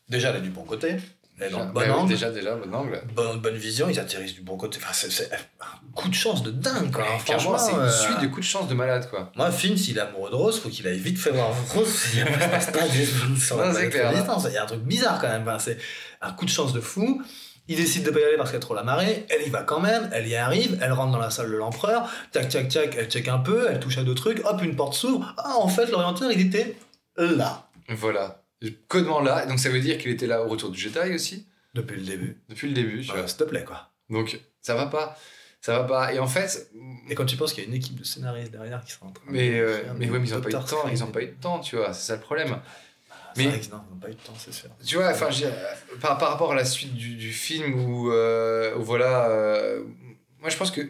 Speaker 8: Déjà, elle est du bon côté. Et donc,
Speaker 7: Bah
Speaker 8: bon
Speaker 7: oui,
Speaker 8: angle,
Speaker 7: déjà, déjà, bon angle.
Speaker 8: bonne, bonne vision, ils atterrissent du bon côté. Enfin, c'est- c'est un coup de chance de dingue, quoi.
Speaker 7: Ouais,
Speaker 8: Franchement,
Speaker 7: clairement, c'est une
Speaker 8: euh,
Speaker 7: suite de coups de chance de malade, quoi.
Speaker 8: Moi, Finn, s'il est amoureux de Rose, faut qu'il aille vite fait voir Rose. Il y a pas- c'est pas des- ça va
Speaker 7: Non,
Speaker 8: pas
Speaker 7: c'est
Speaker 8: être
Speaker 7: clair.
Speaker 8: la distance. Il y a un truc bizarre quand même. Enfin, c'est un coup de chance de fou. Il décide de pas y aller parce qu'il y a trop la marée. Elle y va quand même. Elle y arrive. Elle rentre dans la salle de l'empereur. Tac, tac, tac. Elle check un peu. Elle touche à deux trucs. Hop, une porte s'ouvre. Ah, en fait, l'orienteur, il était là
Speaker 7: Voilà. Codement là, donc ça veut dire qu'il était là au retour du Jedi aussi,
Speaker 8: depuis le début.
Speaker 7: depuis le début, tu
Speaker 8: Bah,
Speaker 7: vois.
Speaker 8: S'il te plaît, quoi.
Speaker 7: Donc ça va pas. Ça va pas. Et en fait.
Speaker 8: Et quand tu penses qu'il y a une équipe de scénaristes derrière qui sont en train de
Speaker 7: Mais, euh,
Speaker 8: faire
Speaker 7: mais
Speaker 8: des
Speaker 7: ouais, mais ils ont pas eu de
Speaker 8: Dr.
Speaker 7: temps, ils ont
Speaker 8: Fred.
Speaker 7: pas eu de temps, tu vois, c'est ça le problème.
Speaker 8: C'est
Speaker 7: mais-
Speaker 8: vrai qu'ils n'ont pas eu de temps, c'est sûr.
Speaker 7: Tu vois, enfin, je veux dire, euh, par, par rapport à la suite du, du film où, euh, où voilà, euh, moi je pense que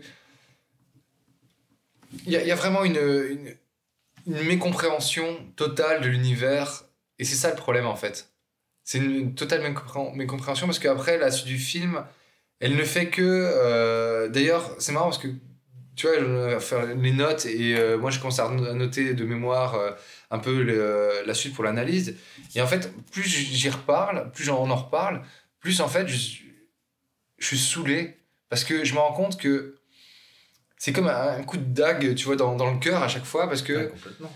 Speaker 7: il y, a- il y a vraiment une, une, une mécompréhension totale de l'univers et c'est ça le problème en fait. C'est une, une totale mécompré- mécompréhension parce qu'après la suite du film, elle ne fait que. euh, D'ailleurs, c'est marrant parce que tu vois, je vais faire les notes et euh, moi je commence à re- à noter de mémoire euh, un peu le- la suite pour l'analyse. Et en fait, plus j'y reparle, plus j'en- on en reparle, plus en fait, je, suis- je suis saoulé. Parce que je me rends compte que c'est comme un un coup de dague, tu vois, dans, dans le cœur à chaque fois. Parce que.
Speaker 8: complètement.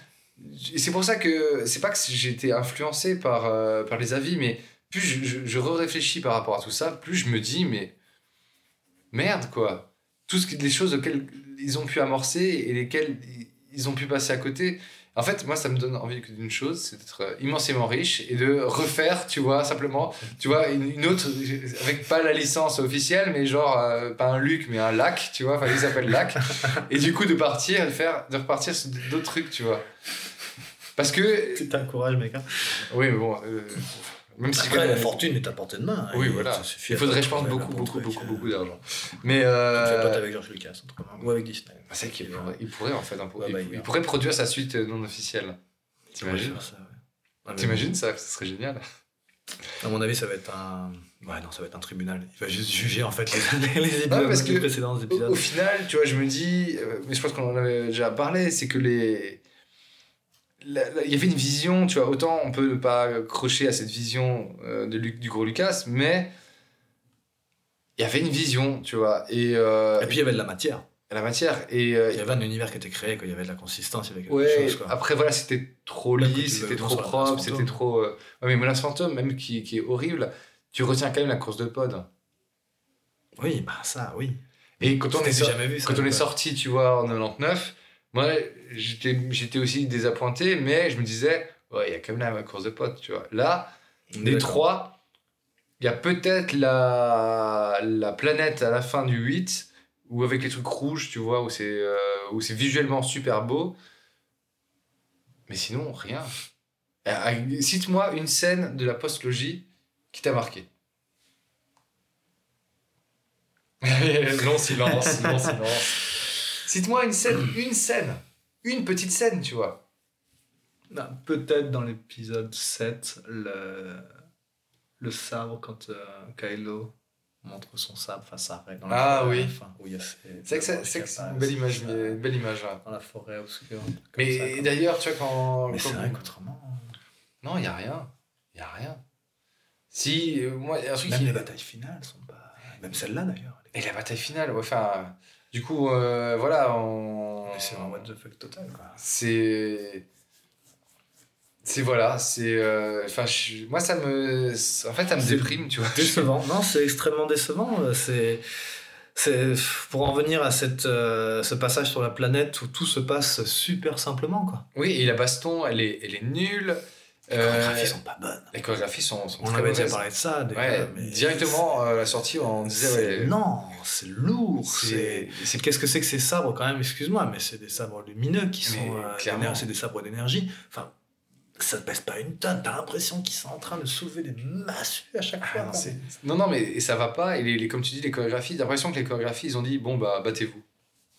Speaker 7: Et c'est pour ça que. C'est pas que j'ai été influencé par, euh, par les avis, mais plus je, je, je réfléchis par rapport à tout ça, plus je me dis, mais. Merde, quoi. Toutes les choses auxquelles ils ont pu amorcer et lesquelles i- ils ont pu passer à côté. En fait, moi, ça me donne envie que d'une chose, c'est d'être euh, immensément riche et de refaire, tu vois, simplement, tu vois, une, une autre, avec pas la licence officielle, mais genre, euh, pas un Luc, mais un lac, tu vois, enfin, il s'appelle lac. Et du coup, de partir, et de faire, de repartir sur d'autres trucs, tu vois. Parce que,
Speaker 8: Putain, courage, mec. hein.
Speaker 7: oui, mais bon, euh, même si.
Speaker 8: Après, la fortune est à portée de main. hein.
Speaker 7: Ah Oui,
Speaker 8: Il-
Speaker 7: voilà.
Speaker 8: ça suffit
Speaker 7: Il
Speaker 8: à
Speaker 7: faudrait,
Speaker 8: pas
Speaker 7: je pense,
Speaker 8: trouver
Speaker 7: beaucoup,
Speaker 8: le bon
Speaker 7: beaucoup,
Speaker 8: truc,
Speaker 7: beaucoup,
Speaker 8: euh,
Speaker 7: beaucoup d'argent. Mais.
Speaker 8: Tu fais pote
Speaker 7: Euh, bah,
Speaker 8: avec George Lucas, un truc comme ça. Ou avec Disney.
Speaker 7: c'est vrai qu'il pourrait, il pourrait, en fait, un peu-
Speaker 8: Ouais,
Speaker 7: il-
Speaker 8: bah, il
Speaker 7: il
Speaker 8: va.
Speaker 7: pourrait produire sa suite euh, non officielle. T'imagines
Speaker 8: Ouais, ça, ouais. Ah, mais
Speaker 7: T'imagines ça Ce serait génial.
Speaker 8: bon, À mon avis, ça va être un. Ouais, non, ça va être un tribunal. Il va juste juger, en fait, les, les épisodes,
Speaker 7: Ouais, parce
Speaker 8: les
Speaker 7: que-
Speaker 8: précédents
Speaker 7: Au,
Speaker 8: épisodes.
Speaker 7: au final, tu vois, je me dis, euh, mais je pense qu'on en avait déjà parlé, c'est que les. la- la- Il y avait une vision, tu vois, autant on peut ne pas crocher à cette vision euh, de Luc, du gros Lucas, mais il y avait une vision, tu vois, et, euh,
Speaker 8: Et puis, il y avait de la matière.
Speaker 7: la matière. Et, euh,
Speaker 8: Il y avait un univers qui était créé, quoi. il y avait de la consistance, il y avait quelque
Speaker 7: ouais, ah.
Speaker 8: chose. Quoi.
Speaker 7: après voilà, c'était trop
Speaker 8: Même que
Speaker 7: lisse,
Speaker 8: tu
Speaker 7: c'était
Speaker 8: veux
Speaker 7: trop
Speaker 8: voir sur la
Speaker 7: propre,
Speaker 8: Menace
Speaker 7: c'était
Speaker 8: Fantôme.
Speaker 7: trop. euh, ouais, mais Menace Fantôme, même qui, qui est horrible, tu retiens quand même la course de pod.
Speaker 8: Oui, bah ça, oui.
Speaker 7: Et quand on
Speaker 8: C'était
Speaker 7: est sur-
Speaker 8: jamais vu, ça,
Speaker 7: quand on
Speaker 8: quoi.
Speaker 7: est sorti, tu vois, en 99, moi, j'étais j'étais aussi désappointé, mais je me disais, ouais, il y a quand même la course de potes, tu vois. Là,
Speaker 8: On est
Speaker 7: les
Speaker 8: d'accord.
Speaker 7: trois, il y a peut-être la, la planète à la fin du 8, ou avec les trucs rouges, tu vois, où c'est euh, où c'est visuellement super beau. Mais sinon, rien. Euh, euh, Cite-moi une scène de la post-logie qui t'a marqué. non silence, non silence. Cite-moi une scène, une scène, une petite scène, tu vois.
Speaker 8: Non, Bah, Peut-être dans l'épisode 7, le, le sabre, quand euh, Kylo montre son sabre face à Rey. Dans
Speaker 7: Ah
Speaker 8: forêt à
Speaker 7: oui.
Speaker 8: la fin, où il y a ces- euh,
Speaker 7: C'est vrai que, ça- c'est vrai que c'est une belle image, mais- une belle image. hein. ouais.
Speaker 8: Dans la forêt obscure.
Speaker 7: Mais
Speaker 8: comme ça, quoi.
Speaker 7: d'ailleurs, tu vois, quand.
Speaker 8: Mais c'est
Speaker 7: quand-
Speaker 8: vrai qu'autrement.
Speaker 7: Non, il n'y a rien. Il n'y a rien. Si, euh, moi, un truc
Speaker 8: Même
Speaker 7: qui-
Speaker 8: les batailles finales sont pas. Même celle-là d'ailleurs.
Speaker 7: Et la bataille finale, ouais, enfin. Du coup, euh, voilà, on.
Speaker 8: Mais c'est un what the fuck total quoi.
Speaker 7: C'est. C'est voilà, c'est. euh, Enfin, je- moi, ça me. En fait, ça me
Speaker 8: C'est
Speaker 7: déprime, tu vois.
Speaker 8: Décevant. Non, c'est extrêmement décevant. euh, C'est. C'est pour en venir à cette, euh, ce passage sur la planète où tout se passe super simplement. Quoi.
Speaker 7: Oui, et la baston, elle est, elle est nulle.
Speaker 8: Les
Speaker 7: Euh,
Speaker 8: chorégraphies sont pas bonnes.
Speaker 7: les chorégraphies sont, sont
Speaker 8: On
Speaker 7: très
Speaker 8: avait déjà
Speaker 7: mauvaises.
Speaker 8: parlé de ça. Déjà,
Speaker 7: Ouais,
Speaker 8: mais
Speaker 7: directement euh, à la sortie, on disait.
Speaker 8: c'est-
Speaker 7: ouais,
Speaker 8: Non, c'est lourd.
Speaker 7: c'est-
Speaker 8: C'est. c'est- Qu'est-ce que c'est que ces sabres quand même Excuse-moi, mais c'est des sabres lumineux qui
Speaker 7: Mais
Speaker 8: sont. euh,
Speaker 7: clairement.
Speaker 8: d'éner- c'est des sabres d'énergie. Enfin, ça ne pèse pas une tonne. T'as l'impression qu'ils sont en train de soulever des massues à chaque fois.
Speaker 7: Ah, non,
Speaker 8: quoi.
Speaker 7: c'est- Non, non, mais et ça va pas. Et les, les- comme tu dis, les chorégraphies, j'ai l'impression que les chorégraphies, ils ont dit bon, bah, battez-vous.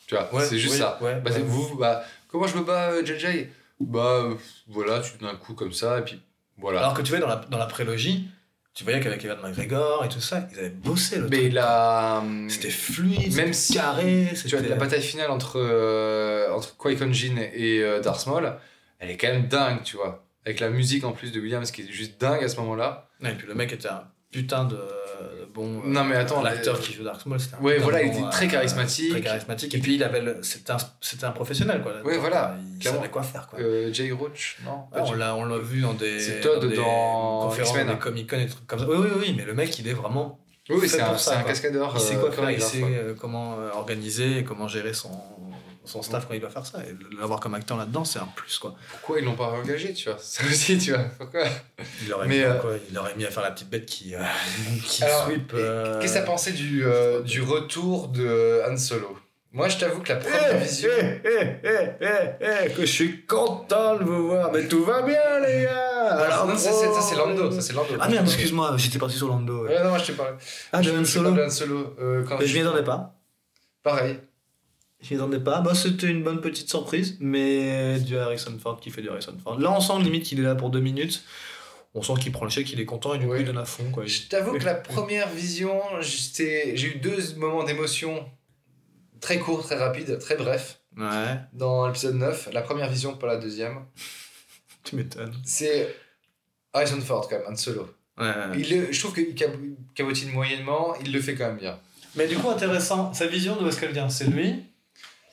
Speaker 7: Tu vois,
Speaker 8: Ouais,
Speaker 7: c'est juste
Speaker 8: oui,
Speaker 7: ça.
Speaker 8: ouais, ouais.
Speaker 7: Battez-vous. Bah, comment je me bats, euh, JJ Bah, euh, voilà, tu donnes un coup comme ça, et puis voilà.
Speaker 8: Alors que tu vois, dans la, dans la prélogie, tu voyais qu'avec Evan McGregor et tout ça, ils avaient bossé le
Speaker 7: mais
Speaker 8: truc.
Speaker 7: la.
Speaker 8: C'était fluide,
Speaker 7: Même
Speaker 8: même
Speaker 7: si-
Speaker 8: carré.
Speaker 7: Tu vois,
Speaker 8: c'était-
Speaker 7: la bataille finale entre, euh, entre Qui-Gon Jinn et euh, Darth Maul, elle est quand même dingue, tu vois. Avec la musique en plus de Williams qui est juste dingue à ce moment-là.
Speaker 8: Ouais, et puis le mec était un putain de, de bon. euh,
Speaker 7: Non, mais attends,
Speaker 8: l'acteur
Speaker 7: euh,
Speaker 8: qui joue Dark Maul, c'était un
Speaker 7: ouais,
Speaker 8: putain
Speaker 7: voilà,
Speaker 8: de
Speaker 7: il
Speaker 8: bon,
Speaker 7: était
Speaker 8: euh,
Speaker 7: très charismatique.
Speaker 8: Très charismatique. Et puis il avait, le- c'était un, c'était un professionnel quoi.
Speaker 7: Ouais, voilà,
Speaker 8: Il
Speaker 7: clairement.
Speaker 8: savait quoi faire quoi.
Speaker 7: Euh, Jay Roach, non
Speaker 8: Ouais, Ah, on l'a on l'a vu dans des.
Speaker 7: C'est Todd
Speaker 8: des
Speaker 7: dans
Speaker 8: conférences,
Speaker 7: X-Men. hein.
Speaker 8: des Comic Con et des trucs comme ça. Oui, oui, oui, mais le mec, il est vraiment.
Speaker 7: Oui, oui,
Speaker 8: fait
Speaker 7: c'est un,
Speaker 8: pour ça,
Speaker 7: c'est un
Speaker 8: quoi.
Speaker 7: cascadeur.
Speaker 8: Il sait
Speaker 7: euh,
Speaker 8: quoi faire, il
Speaker 7: chorégraphe,
Speaker 8: sait
Speaker 7: quoi.
Speaker 8: euh, comment euh, organiser et comment gérer son, son staff quand il doit faire ça. Et l'avoir comme acteur là-dedans, c'est un plus quoi.
Speaker 7: Pourquoi ils l'ont pas engagé, tu vois Ça aussi, tu vois. Pourquoi
Speaker 8: Il aurait,
Speaker 7: Mais,
Speaker 8: mis, à
Speaker 7: euh,
Speaker 8: quoi Il aurait mis à faire la petite bête qui, euh, qui
Speaker 7: Alors,
Speaker 8: sweep.
Speaker 7: et-
Speaker 8: euh,
Speaker 7: Qu'est-ce que t'as pensé du, euh, du retour de Han Solo Moi, je t'avoue que la
Speaker 8: Eh,
Speaker 7: première vision.
Speaker 8: que je suis content de vous voir, mais tout va bien les gars
Speaker 7: Alors, Ah, non, ça, c'est ça, c'est Lando. Ça, c'est Lando.
Speaker 8: Ah merde, excuse-moi, j'étais parti sur Lando. ouais.
Speaker 7: Ouais, non, moi, je te parle.
Speaker 8: Ah, de
Speaker 7: Je-
Speaker 8: Han
Speaker 7: je parle
Speaker 8: Solo.
Speaker 7: de Han Solo. euh, quand
Speaker 8: Mais je m'y attendais pas.
Speaker 7: Pareil.
Speaker 8: Je m'y attendais pas. Bah, c'était une bonne petite surprise, mais du Harrison Ford qui fait du Harrison Ford. Là, on sent limite qu'il est là pour deux minutes. On sent qu'il prend le chèque, qu'il est content et du coup,
Speaker 7: Oui.
Speaker 8: il donne à fond. Quoi.
Speaker 7: Je t'avoue que la première vision, j'étais- j'ai eu deux moments d'émotion très courts, très rapides, très brefs
Speaker 8: Ouais,
Speaker 7: dans l'épisode 9. La première vision, pas la deuxième.
Speaker 8: tu m'étonnes.
Speaker 7: C'est Harrison Ford, quand même, Han Solo.
Speaker 8: Ouais, ouais.
Speaker 7: Il le- je trouve qu'il cab- cabotine moyennement, il le fait quand même bien.
Speaker 8: Mais du coup, intéressant, sa vision de où est-ce qu'elle vient C'est lui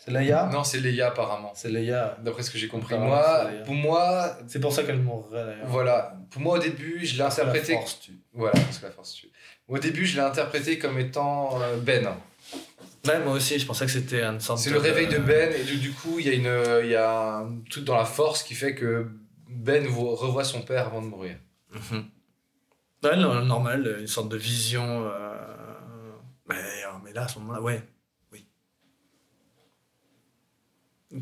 Speaker 8: C'est Leia
Speaker 7: Non, c'est Leia apparemment.
Speaker 8: C'est Leia.
Speaker 7: D'après ce que j'ai compris,
Speaker 8: Ah,
Speaker 7: moi,
Speaker 8: c'est Leia.
Speaker 7: pour moi,
Speaker 8: C'est pour ça qu'elle mourrait d'ailleurs.
Speaker 7: voilà, pour moi au début, je l'ai
Speaker 8: Ah,
Speaker 7: interprété.
Speaker 8: La force tue.
Speaker 7: Voilà, parce que la force tue. Au début, je l'ai interprété comme étant euh, Ben.
Speaker 8: Ouais, moi aussi, je pensais que c'était un sorte
Speaker 7: C'est le réveil de Ben et du, du coup, il y a une, euh, il y a un truc dans la force qui fait que Ben vo- revoit son père avant de mourir.
Speaker 8: Ouais, no- normal, une sorte de vision. euh, Mais, euh, mais là, à ce moment-là, ouais. Oui.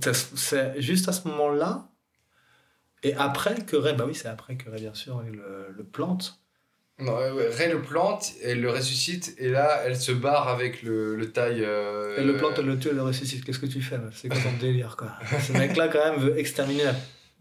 Speaker 8: C'est- C'est juste à ce moment-là. Et après que Ray, bah oui, c'est après que Ray, bien sûr, il euh, le, le plante.
Speaker 7: Non, euh, ouais, Ray le plante, elle le ressuscite et là, elle se barre avec le, le taille. euh,
Speaker 8: Elle le plante, elle le tue, elle le ressuscite. Qu'est-ce que tu fais, meuf C'est quoi ton délire, quoi Ce mec-là, quand même, veut exterminer la,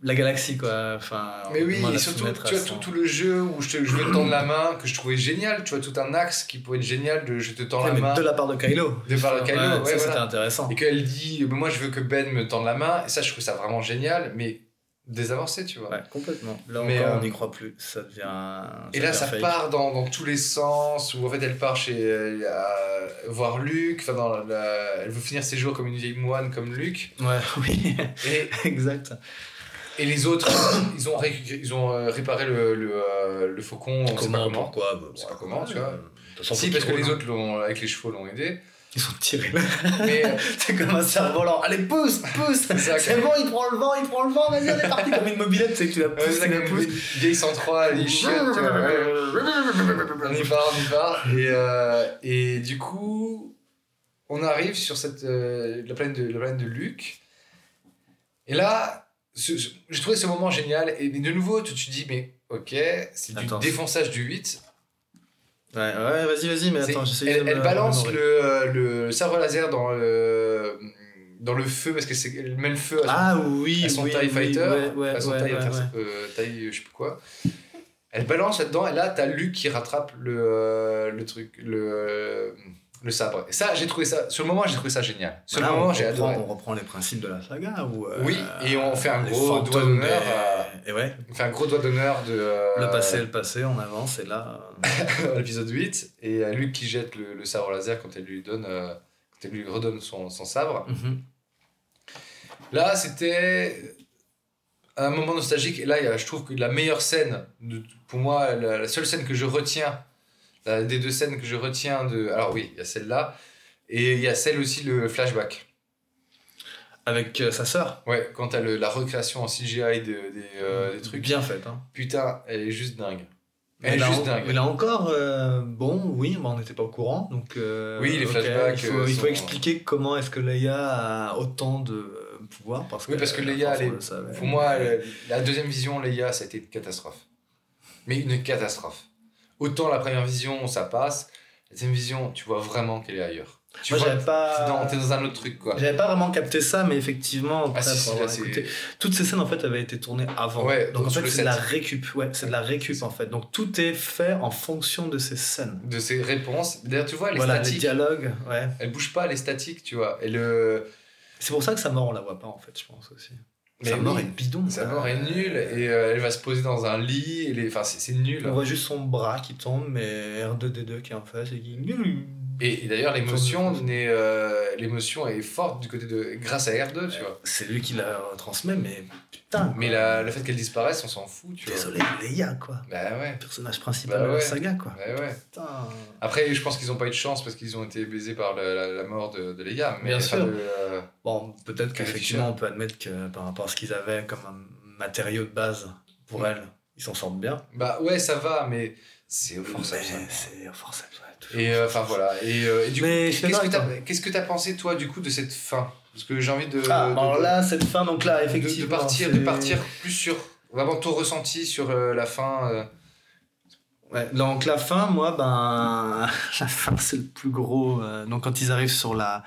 Speaker 8: la galaxie, quoi. Enfin,
Speaker 7: Mais
Speaker 8: on
Speaker 7: oui,
Speaker 8: demande à
Speaker 7: et
Speaker 8: se
Speaker 7: surtout,
Speaker 8: mettre à
Speaker 7: tu vois,
Speaker 8: son-
Speaker 7: tout, tout le jeu où je te, je veux te tendre la main, que je trouvais génial, tu vois, tout un axe qui pouvait être génial de je te tends
Speaker 8: Ouais,
Speaker 7: la
Speaker 8: mais
Speaker 7: main.
Speaker 8: de la part de Kylo.
Speaker 7: De par le Kylo,
Speaker 8: Ouais,
Speaker 7: ouais,
Speaker 8: ça, c'était
Speaker 7: voilà.
Speaker 8: intéressant.
Speaker 7: Et qu'elle dit, mais moi je veux que Ben me tende la main, et ça je trouve ça vraiment génial, mais désavancé, tu vois.
Speaker 8: Ouais, complètement. Là
Speaker 7: Mais,
Speaker 8: encore,
Speaker 7: euh,
Speaker 8: on n'y croit plus. Ça devient. un-
Speaker 7: Et là,
Speaker 8: devient
Speaker 7: ça
Speaker 8: fake.
Speaker 7: part dans, dans tous les sens, où en fait, elle part chez, euh, à- voir Luc, enfin, dans la- elle veut finir ses jours comme une vieille moine, comme Luc.
Speaker 8: Ouais, oui,
Speaker 7: Et,
Speaker 8: exact.
Speaker 7: et les autres, ils ont, ré- ils ont euh, réparé le, le, euh, le faucon, on sait pas comment.
Speaker 8: Pourquoi bah,
Speaker 7: On sait pas
Speaker 8: ouais,
Speaker 7: comment,
Speaker 8: ouais,
Speaker 7: tu vois.
Speaker 8: euh, de toute façon,
Speaker 7: Si,
Speaker 8: faut
Speaker 7: parce que
Speaker 8: qu'ils
Speaker 7: les
Speaker 8: roulent,
Speaker 7: autres, l'ont- avec les chevaux, l'ont aidé.
Speaker 8: hein. Ils sont tirés.
Speaker 7: Mais euh,
Speaker 8: C'est comme un cerf-volant. Allez, pousse, pousse
Speaker 7: ça,
Speaker 8: C'est bon, il prend le vent, il prend le vent, vas-y, on est parti comme une mobilette, tu sais, tu la
Speaker 7: Ouais,
Speaker 8: pousses,
Speaker 7: c'est
Speaker 8: tu la
Speaker 7: comme une
Speaker 8: pousses.
Speaker 7: vieille 103, les chiottes. tu vois, ouais. On y va, on y va. Et, euh, et du coup, on arrive sur cette, euh, la, planète de, la planète de Luc. Et là, ce- ce- j'ai trouvé ce moment génial. Et mais de nouveau, tu te dis, mais ok, c'est du
Speaker 8: Attends.
Speaker 7: défonçage du 8.
Speaker 8: Ouais, ouais, vas-y, vas-y, mais
Speaker 7: C'est-
Speaker 8: attends, j'essaie de
Speaker 7: Elle,
Speaker 8: me-
Speaker 7: elle balance
Speaker 8: me-
Speaker 7: le, euh, le sabre laser dans le, dans le feu, parce qu'elle met le feu à son
Speaker 8: Ah oui,
Speaker 7: à son
Speaker 8: oui,
Speaker 7: TIE
Speaker 8: oui,
Speaker 7: Fighter,
Speaker 8: ouais, ouais,
Speaker 7: à son
Speaker 8: ouais,
Speaker 7: TIE,
Speaker 8: ouais, ouais.
Speaker 7: euh, TIE, je sais plus quoi. Elle balance là-dedans, et là, t'as Luke qui rattrape le, euh, le truc, le, euh, le sabre. Et ça, j'ai trouvé ça, sur le moment, j'ai trouvé ça génial. Sur
Speaker 8: Voilà,
Speaker 7: le
Speaker 8: on
Speaker 7: moment, j'ai
Speaker 8: reprend-
Speaker 7: adoré.
Speaker 8: On reprend les principes de la saga. Où, euh,
Speaker 7: Oui, et on fait un
Speaker 8: les
Speaker 7: gros doigt
Speaker 8: fantômes
Speaker 7: d'honneur
Speaker 8: des-
Speaker 7: à-
Speaker 8: Et ouais,
Speaker 7: On fait un gros doigt d'honneur de. euh,
Speaker 8: le passé est le passé, on avance, et là. euh,
Speaker 7: à l'épisode 8, et à Luke qui jette le, le sabre laser quand elle lui donne. euh, quand elle lui redonne son, son sabre.
Speaker 8: mhm.
Speaker 7: Là, c'était un moment nostalgique. Et là, il y a- je trouve que la meilleure scène, de, pour moi, la, la seule scène que je retiens, la, des deux scènes que je retiens de. Alors, oui, il y a celle-là. Et il y a celle aussi, le flashback.
Speaker 8: Avec euh, sa sœur.
Speaker 7: Ouais, quand t'as le- la recréation en CGI de- des, euh, des trucs.
Speaker 8: bien fait. Hein.
Speaker 7: Putain, elle est juste dingue.
Speaker 8: Mais
Speaker 7: Elle est
Speaker 8: là,
Speaker 7: juste
Speaker 8: en-
Speaker 7: dingue.
Speaker 8: mais là encore, euh, bon, oui, bah, on n'était pas au courant. Donc, euh,
Speaker 7: Oui, les
Speaker 8: ok,
Speaker 7: flashbacks,
Speaker 8: Il faut,
Speaker 7: euh,
Speaker 8: il faut
Speaker 7: sont-
Speaker 8: expliquer comment est-ce que Leia a autant de euh, pouvoir. Parce
Speaker 7: Oui, parce que
Speaker 8: la
Speaker 7: Leia,
Speaker 8: force,
Speaker 7: elle
Speaker 8: on
Speaker 7: est-
Speaker 8: le savait.
Speaker 7: Pour moi, le- la deuxième vision, Leia, ça a été une catastrophe. Mais une catastrophe. Autant la première vision, ça passe. La deuxième vision, tu vois vraiment qu'elle est ailleurs. Tu
Speaker 8: Moi,
Speaker 7: vois,
Speaker 8: j'avais pas.
Speaker 7: t'es dans, t'es dans un autre truc, quoi.
Speaker 8: J'avais pas vraiment capté ça, mais effectivement,
Speaker 7: Ah,
Speaker 8: après,
Speaker 7: si,
Speaker 8: pour
Speaker 7: si,
Speaker 8: avoir
Speaker 7: là, c'est-
Speaker 8: écouté- toutes ces scènes en fait avaient été tournées avant.
Speaker 7: Ouais,
Speaker 8: donc en
Speaker 7: sur
Speaker 8: fait
Speaker 7: le
Speaker 8: c'est de la
Speaker 7: set.
Speaker 8: récup, ouais, c'est de la récup en fait. Donc tout est fait en fonction de ces scènes.
Speaker 7: de ses réponses. D'ailleurs, tu vois, elle est
Speaker 8: Voilà, les
Speaker 7: statique.
Speaker 8: dialogues, ouais.
Speaker 7: Elle bouge pas, elle est statique, tu vois. Et le...
Speaker 8: C'est pour ça que sa mort on la voit pas en fait, je pense aussi.
Speaker 7: Mais
Speaker 8: Sa mort
Speaker 7: oui.
Speaker 8: est bidon.
Speaker 7: Sa
Speaker 8: ça.
Speaker 7: mort est nulle et euh, elle va se poser dans un lit. Et les... Enfin, c'est c'est nul.
Speaker 8: On voit juste son bras qui tombe, mais R2D2 qui est en face et qui.
Speaker 7: Et, et d'ailleurs, l'émotion n'est, euh, l'émotion est forte du côté de grâce à R2, tu vois.
Speaker 8: C'est lui qui la transmet, mais putain. quoi.
Speaker 7: Mais la, le fait qu'elle disparaisse, on s'en fout, tu vois.
Speaker 8: Désolé, Leia, quoi.
Speaker 7: Bah ouais.
Speaker 8: Personnage principal
Speaker 7: Bah
Speaker 8: de la
Speaker 7: ouais.
Speaker 8: saga, quoi.
Speaker 7: Bah ouais.
Speaker 8: Putain.
Speaker 7: Après, je pense qu'ils n'ont pas eu de chance parce qu'ils ont été baisés par le- la, la mort de, de Leia. Mais
Speaker 8: Bien
Speaker 7: enfin,
Speaker 8: sûr.
Speaker 7: de, euh,
Speaker 8: Bon, peut-être
Speaker 7: Carrie
Speaker 8: qu'effectivement,
Speaker 7: Fisher.
Speaker 8: on peut admettre que par rapport à ce qu'ils avaient comme un matériau de base pour
Speaker 7: Mm.
Speaker 8: elle, ils s'en sortent bien.
Speaker 7: Bah ouais, ça va, mais c'est au
Speaker 8: Mais
Speaker 7: force.
Speaker 8: C'est forcément.
Speaker 7: Et euh, enfin voilà. Et, euh, et du coup,
Speaker 8: Mais je suis
Speaker 7: qu'est-ce que
Speaker 8: d'accord,
Speaker 7: t'as- qu'est-ce que t'as pensé toi du coup de cette fin Parce que j'ai envie de,
Speaker 8: Ah,
Speaker 7: de-
Speaker 8: alors là, cette fin, donc là,
Speaker 7: Euh, de- de
Speaker 8: effectivement.
Speaker 7: partir,
Speaker 8: c'est-
Speaker 7: de partir plus sur vraiment ton ressenti sur euh, la fin. euh.
Speaker 8: Ouais, donc la fin, moi, ben. La fin, c'est le plus gros. euh, donc quand ils arrivent sur la.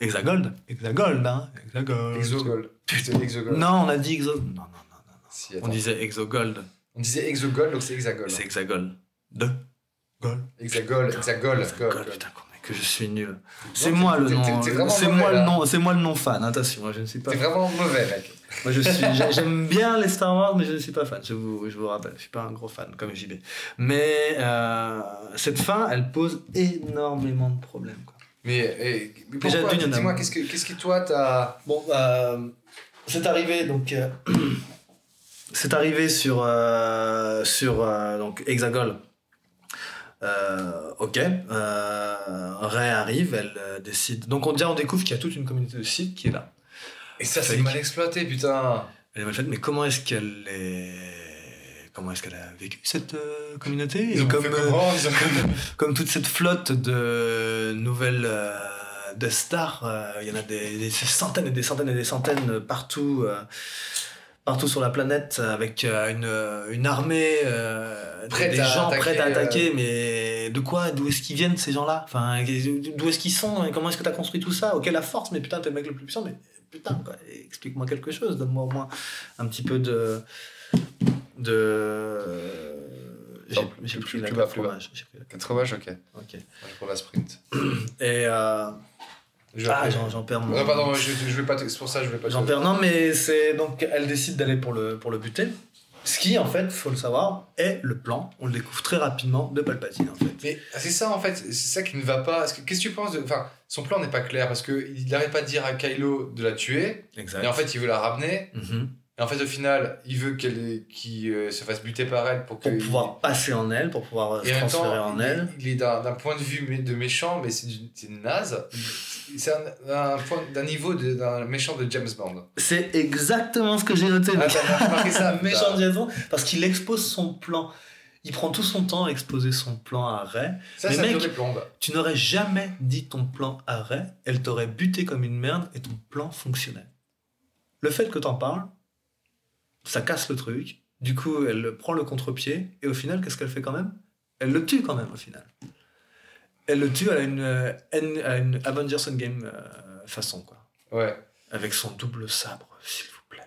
Speaker 8: Hexagold. Hexagold, hein. Hexagold.
Speaker 7: Exogol. Putain, Exogol.
Speaker 8: Non, on a dit Exo. Non, non, non. non.
Speaker 7: Si, attends.
Speaker 8: On disait Exogold.
Speaker 7: On disait Exogol, donc c'est Hexagol.
Speaker 8: C'est Hexagold. De. Gold.
Speaker 7: Hexagol, Hexagol, Hexagol.
Speaker 8: Gold, putain, qu'on est- que je suis nul. C'est
Speaker 7: t'es-
Speaker 8: moi le
Speaker 7: t'es-
Speaker 8: nom. euh,
Speaker 7: t'es- t'es vraiment
Speaker 8: C'est
Speaker 7: mauvais,
Speaker 8: moi le
Speaker 7: là.
Speaker 8: nom. C'est moi le non fan. Attention, hein, je ne suis pas.
Speaker 7: T'es vraiment mauvais, mec.
Speaker 8: Moi, je suis, j'ai- j'aime bien les Star Wars, mais je ne suis pas fan. Je vous, je vous rappelle, je suis pas un gros fan comme JB. Mais euh, cette fin, elle pose énormément de problèmes. quoi.
Speaker 7: Mais, eh, mais
Speaker 8: Déjà,
Speaker 7: pourquoi
Speaker 8: d'une, il y en a
Speaker 7: Dis-moi,
Speaker 8: un.
Speaker 7: qu'est-ce que, qu'est-ce qui toi t'as.
Speaker 8: Bon, euh, c'est arrivé donc. euh, c'est arrivé sur euh, sur euh, donc Hexagol. Euh, ok, euh, Ray arrive, elle euh, décide. Donc on, déjà on découvre qu'il y a toute une communauté de Sith qui est là.
Speaker 7: Et ça,
Speaker 8: Fake.
Speaker 7: c'est mal exploité, putain.
Speaker 8: Elle est mal faite, mais comment est-ce qu'elle est... Comment est-ce qu'elle a vécu cette euh, communauté
Speaker 7: Ils
Speaker 8: Et
Speaker 7: ont
Speaker 8: comme,
Speaker 7: fait
Speaker 8: euh,
Speaker 7: comment Ils ont
Speaker 8: comme, comme toute cette flotte de nouvelles euh, Death Star, euh, il y en a des, des centaines et des centaines et des centaines partout, euh, partout sur la planète, avec euh, une, euh, une armée, euh, des-
Speaker 7: Prête
Speaker 8: des
Speaker 7: à
Speaker 8: gens
Speaker 7: attaquer,
Speaker 8: prêts à
Speaker 7: euh,
Speaker 8: attaquer, mais de quoi D'où est-ce qu'ils viennent ces gens-là enfin, D'où est-ce qu'ils sont et Comment est-ce que tu as construit tout ça Ok, la force, mais putain, t'es le mec le plus puissant, mais putain, quoi, explique-moi quelque chose, donne-moi au moins un petit peu de. de. J'ai
Speaker 7: Non,
Speaker 8: j'ai
Speaker 7: plus-
Speaker 8: pris la
Speaker 7: plus bas,
Speaker 8: carte
Speaker 7: plus bas.
Speaker 8: fromage. j'ai pris la-
Speaker 7: 80, ok.
Speaker 8: Ok.
Speaker 7: Pour la sprint.
Speaker 8: Et. euh,
Speaker 7: Je-
Speaker 8: ah, j'en j'en perds mon.
Speaker 7: Non, pardon, je, je vais pas te- c'est pour ça que je vais pas te-
Speaker 8: J'en perds. Non, mais c'est. Donc, elle décide d'aller pour le, pour le buter. Ce qui, en fait, faut le savoir, est le plan. On le découvre très rapidement de Palpatine, en fait.
Speaker 7: Mais ah, c'est ça en fait, c'est ça qui ne va pas. Parce que- Qu'est-ce que tu penses de... Enfin, son plan n'est pas clair parce qu'il n'arrête pas de dire à Kylo de la tuer,
Speaker 8: Exact. Mhm.
Speaker 7: et en fait il veut la ramener, et en fait au final il veut qu'elle ait- qu'il euh, se fasse buter par elle pour que.
Speaker 8: Pour pouvoir passer en elle, pour pouvoir euh,
Speaker 7: Et
Speaker 8: se
Speaker 7: en même
Speaker 8: transférer
Speaker 7: temps,
Speaker 8: en
Speaker 7: il-
Speaker 8: elle.
Speaker 7: il est d'un d'un point de vue mé- de méchant, mais c'est du- c'est naze. C'est un, un point- d'un niveau de- d'un méchant de James Bond.
Speaker 8: C'est exactement ce que j'ai noté.
Speaker 7: Ah,
Speaker 8: mec.
Speaker 7: t'as t'as remarqué ça
Speaker 8: méchant diason, parce qu'il expose son plan. Il prend tout son temps à exposer son plan à Ray.
Speaker 7: Ça,
Speaker 8: Mais
Speaker 7: ça
Speaker 8: mec-
Speaker 7: me plombe.
Speaker 8: Tu n'aurais jamais dit ton plan à Ray, elle t'aurait buté comme une merde et ton plan fonctionnait. Le fait que t'en parles, ça casse le truc. Du coup, elle le prend le contre-pied et au final, qu'est-ce qu'elle fait quand même Elle le tue quand même au final. Elle le tue à une, euh, N- à une Avengers Endgame euh, façon quoi
Speaker 7: Ouais.
Speaker 8: avec son double sabre, s'il vous plaît.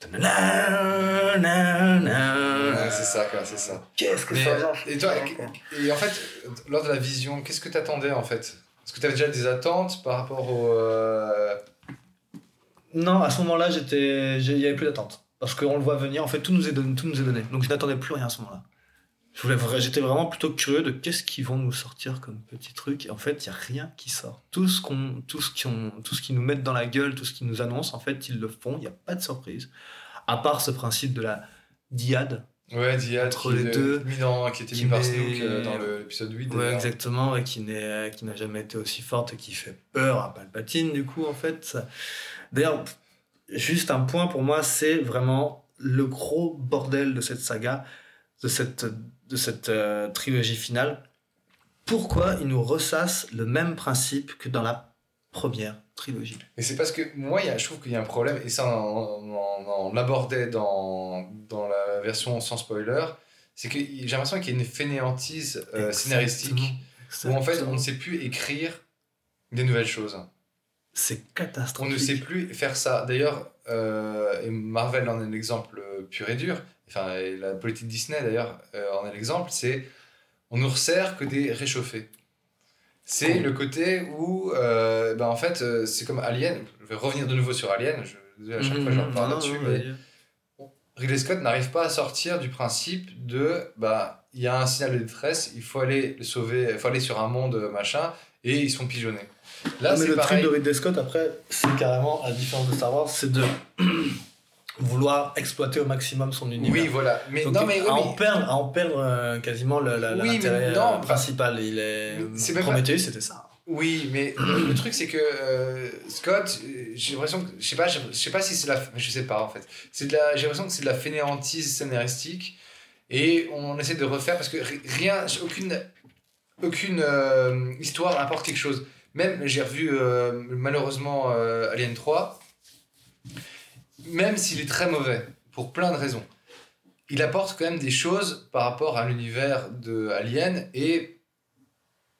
Speaker 8: quoi. Euh.
Speaker 7: Ouais, c'est ça, quoi, c'est ça.
Speaker 8: Qu'est-ce
Speaker 7: Mais, euh,
Speaker 8: va
Speaker 7: et toi, et en fait, lors de la vision, qu'est-ce que t'attendais en fait Est-ce que t'avais déjà des attentes par rapport au. euh,
Speaker 8: Non, à ce moment-là, j'étais, j'ai- il n'y avait plus d'attente. Parce qu'on le voit venir, en fait, tout nous est donné. Tout nous est donné. Donc je n'attendais plus rien à ce moment-là. Je voulais vra- J'étais vraiment plutôt curieux de qu'est-ce qu'ils vont nous sortir comme petit truc. Et en fait, il n'y a rien qui sort. Tout ce qu'on, tout ce qu'on, tout ce qu'ils nous mettent dans la gueule, tout ce qu'ils nous annoncent, en fait, ils le font. Il n'y a pas de surprise. À part ce principe de la diade,
Speaker 7: Ouais, Dia,
Speaker 8: Entre
Speaker 7: qui,
Speaker 8: les
Speaker 7: euh,
Speaker 8: deux,
Speaker 7: mis dans- qui était mis
Speaker 8: qui
Speaker 7: par
Speaker 8: met-
Speaker 7: Snook euh, dans le- l'épisode 8.
Speaker 8: Ouais,
Speaker 7: d'ailleurs.
Speaker 8: exactement, et qui n'est euh, qui n'a jamais été aussi forte et qui fait peur à Palpatine du coup en fait. ça- D'ailleurs, juste un point pour moi, c'est vraiment le gros bordel de cette saga, de cette de cette euh, trilogie finale. Pourquoi ils nous ressassent le même principe que dans la première trilogie
Speaker 7: Et c'est parce que moi, il y a- je trouve qu'il y a un problème, et ça, on, on- on- on l'abordait dans, dans la version sans spoiler, c'est que j'ai l'impression qu'il y a une fainéantise euh, scénaristique où en fait, on ne sait plus écrire des nouvelles choses.
Speaker 8: c'est
Speaker 7: On
Speaker 8: catastrophique.
Speaker 7: ne sait plus faire ça. D'ailleurs, euh, et Marvel en est l'exemple pur et dur, enfin, et la politique Disney d'ailleurs euh, en est l'exemple, c'est on nous resserre que des réchauffés. C'est le côté où, euh, ben, en fait, euh, c'est comme Alien, je vais revenir de nouveau sur Alien, je- désolé, à
Speaker 8: Mm-hmm.
Speaker 7: chaque fois je
Speaker 8: Mmh.
Speaker 7: reparle là-dessus, mais Ridley Scott n'arrive pas à sortir du principe de bah il y a un signal de détresse, il faut aller le sauver, il faut aller sur un monde euh, machin et ils sont pigeonnés. Là
Speaker 8: mais
Speaker 7: c'est
Speaker 8: le
Speaker 7: pareil.
Speaker 8: truc de Ridley Scott, après, c'est carrément, à la différence de Star Wars, c'est de vouloir exploiter au maximum son univers.
Speaker 7: Oui voilà, mais
Speaker 8: Donc, ah,
Speaker 7: non mais, oui,
Speaker 8: à, en
Speaker 7: mais-
Speaker 8: perdre, à en perdre euh, quasiment le- le-
Speaker 7: Oui, mais
Speaker 8: l'intérêt
Speaker 7: non, bah,
Speaker 8: euh, principal. Il est...
Speaker 7: Mais c'est même pas-
Speaker 8: Prometheus, c'était ça.
Speaker 7: Oui, mais le truc c'est que euh, Scott, euh, j'ai l'impression que je sais pas, je je sais pas si c'est de la, je sais pas en fait. C'est de la, j'ai l'impression que c'est de la fainéantise scénaristique et on essaie de refaire parce que ri- rien, aucune, aucune euh, histoire n'apporte quelque chose. Même j'ai revu euh, malheureusement euh, Alien 3, même s'il est très mauvais pour plein de raisons, il apporte quand même des choses par rapport à l'univers de Alien et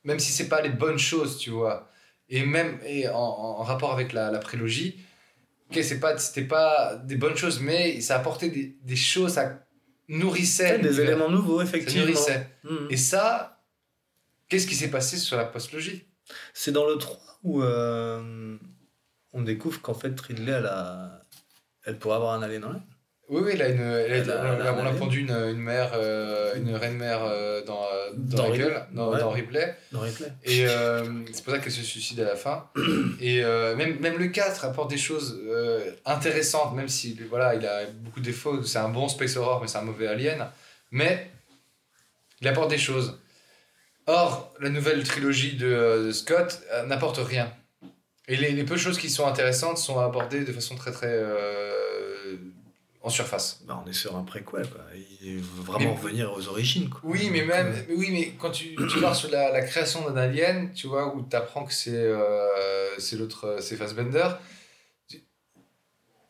Speaker 7: même si c'est pas les bonnes choses, tu vois, et même et en, en rapport avec la, la prélogie, ok, c'est pas, c'était pas des bonnes choses, mais ça apportait des, des choses, ça nourrissait
Speaker 8: Des
Speaker 7: l'univers,
Speaker 8: éléments nouveaux,
Speaker 7: ça
Speaker 8: effectivement.
Speaker 7: nourrissait.
Speaker 8: Mhm.
Speaker 7: Et ça, qu'est-ce qui s'est passé sur la postlogie
Speaker 8: C'est dans le 3 où euh, on découvre qu'en fait Ridley, elle, a... elle pourrait avoir un alien en elle.
Speaker 7: Oui, oui, il a une, elle a-
Speaker 8: Elle a-
Speaker 7: on a- on a
Speaker 8: elle a-
Speaker 7: pondu une, une mère, euh, une reine mère euh, dans, euh, dans,
Speaker 8: Dans
Speaker 7: la
Speaker 8: Ripley.
Speaker 7: gueule, dans,
Speaker 8: Ouais.
Speaker 7: dans Ripley.
Speaker 8: Dans Ripley.
Speaker 7: Et euh, c'est pour ça qu'elle se suicide à la fin. Et euh, même, même le 4 apporte des choses euh, intéressantes, même si voilà, il a beaucoup de défauts. C'est un bon Space Horror, mais c'est un mauvais Alien. Mais il apporte des choses. Or, la nouvelle trilogie de, euh, de Scott euh, n'apporte rien. Et les, les peu de choses qui sont intéressantes sont abordées de façon très très euh, en surface.
Speaker 8: Bah, on est sur un préquel, quoi. Il veut vraiment
Speaker 7: Mais-
Speaker 8: revenir aux origines, quoi.
Speaker 7: Oui, mais
Speaker 8: Donc,
Speaker 7: même,
Speaker 8: euh,
Speaker 7: mais oui, mais quand tu, tu pars sur la, la création d'un alien, tu vois, où tu apprends que c'est euh, c'est l'autre, euh, c'est Fassbender, tu-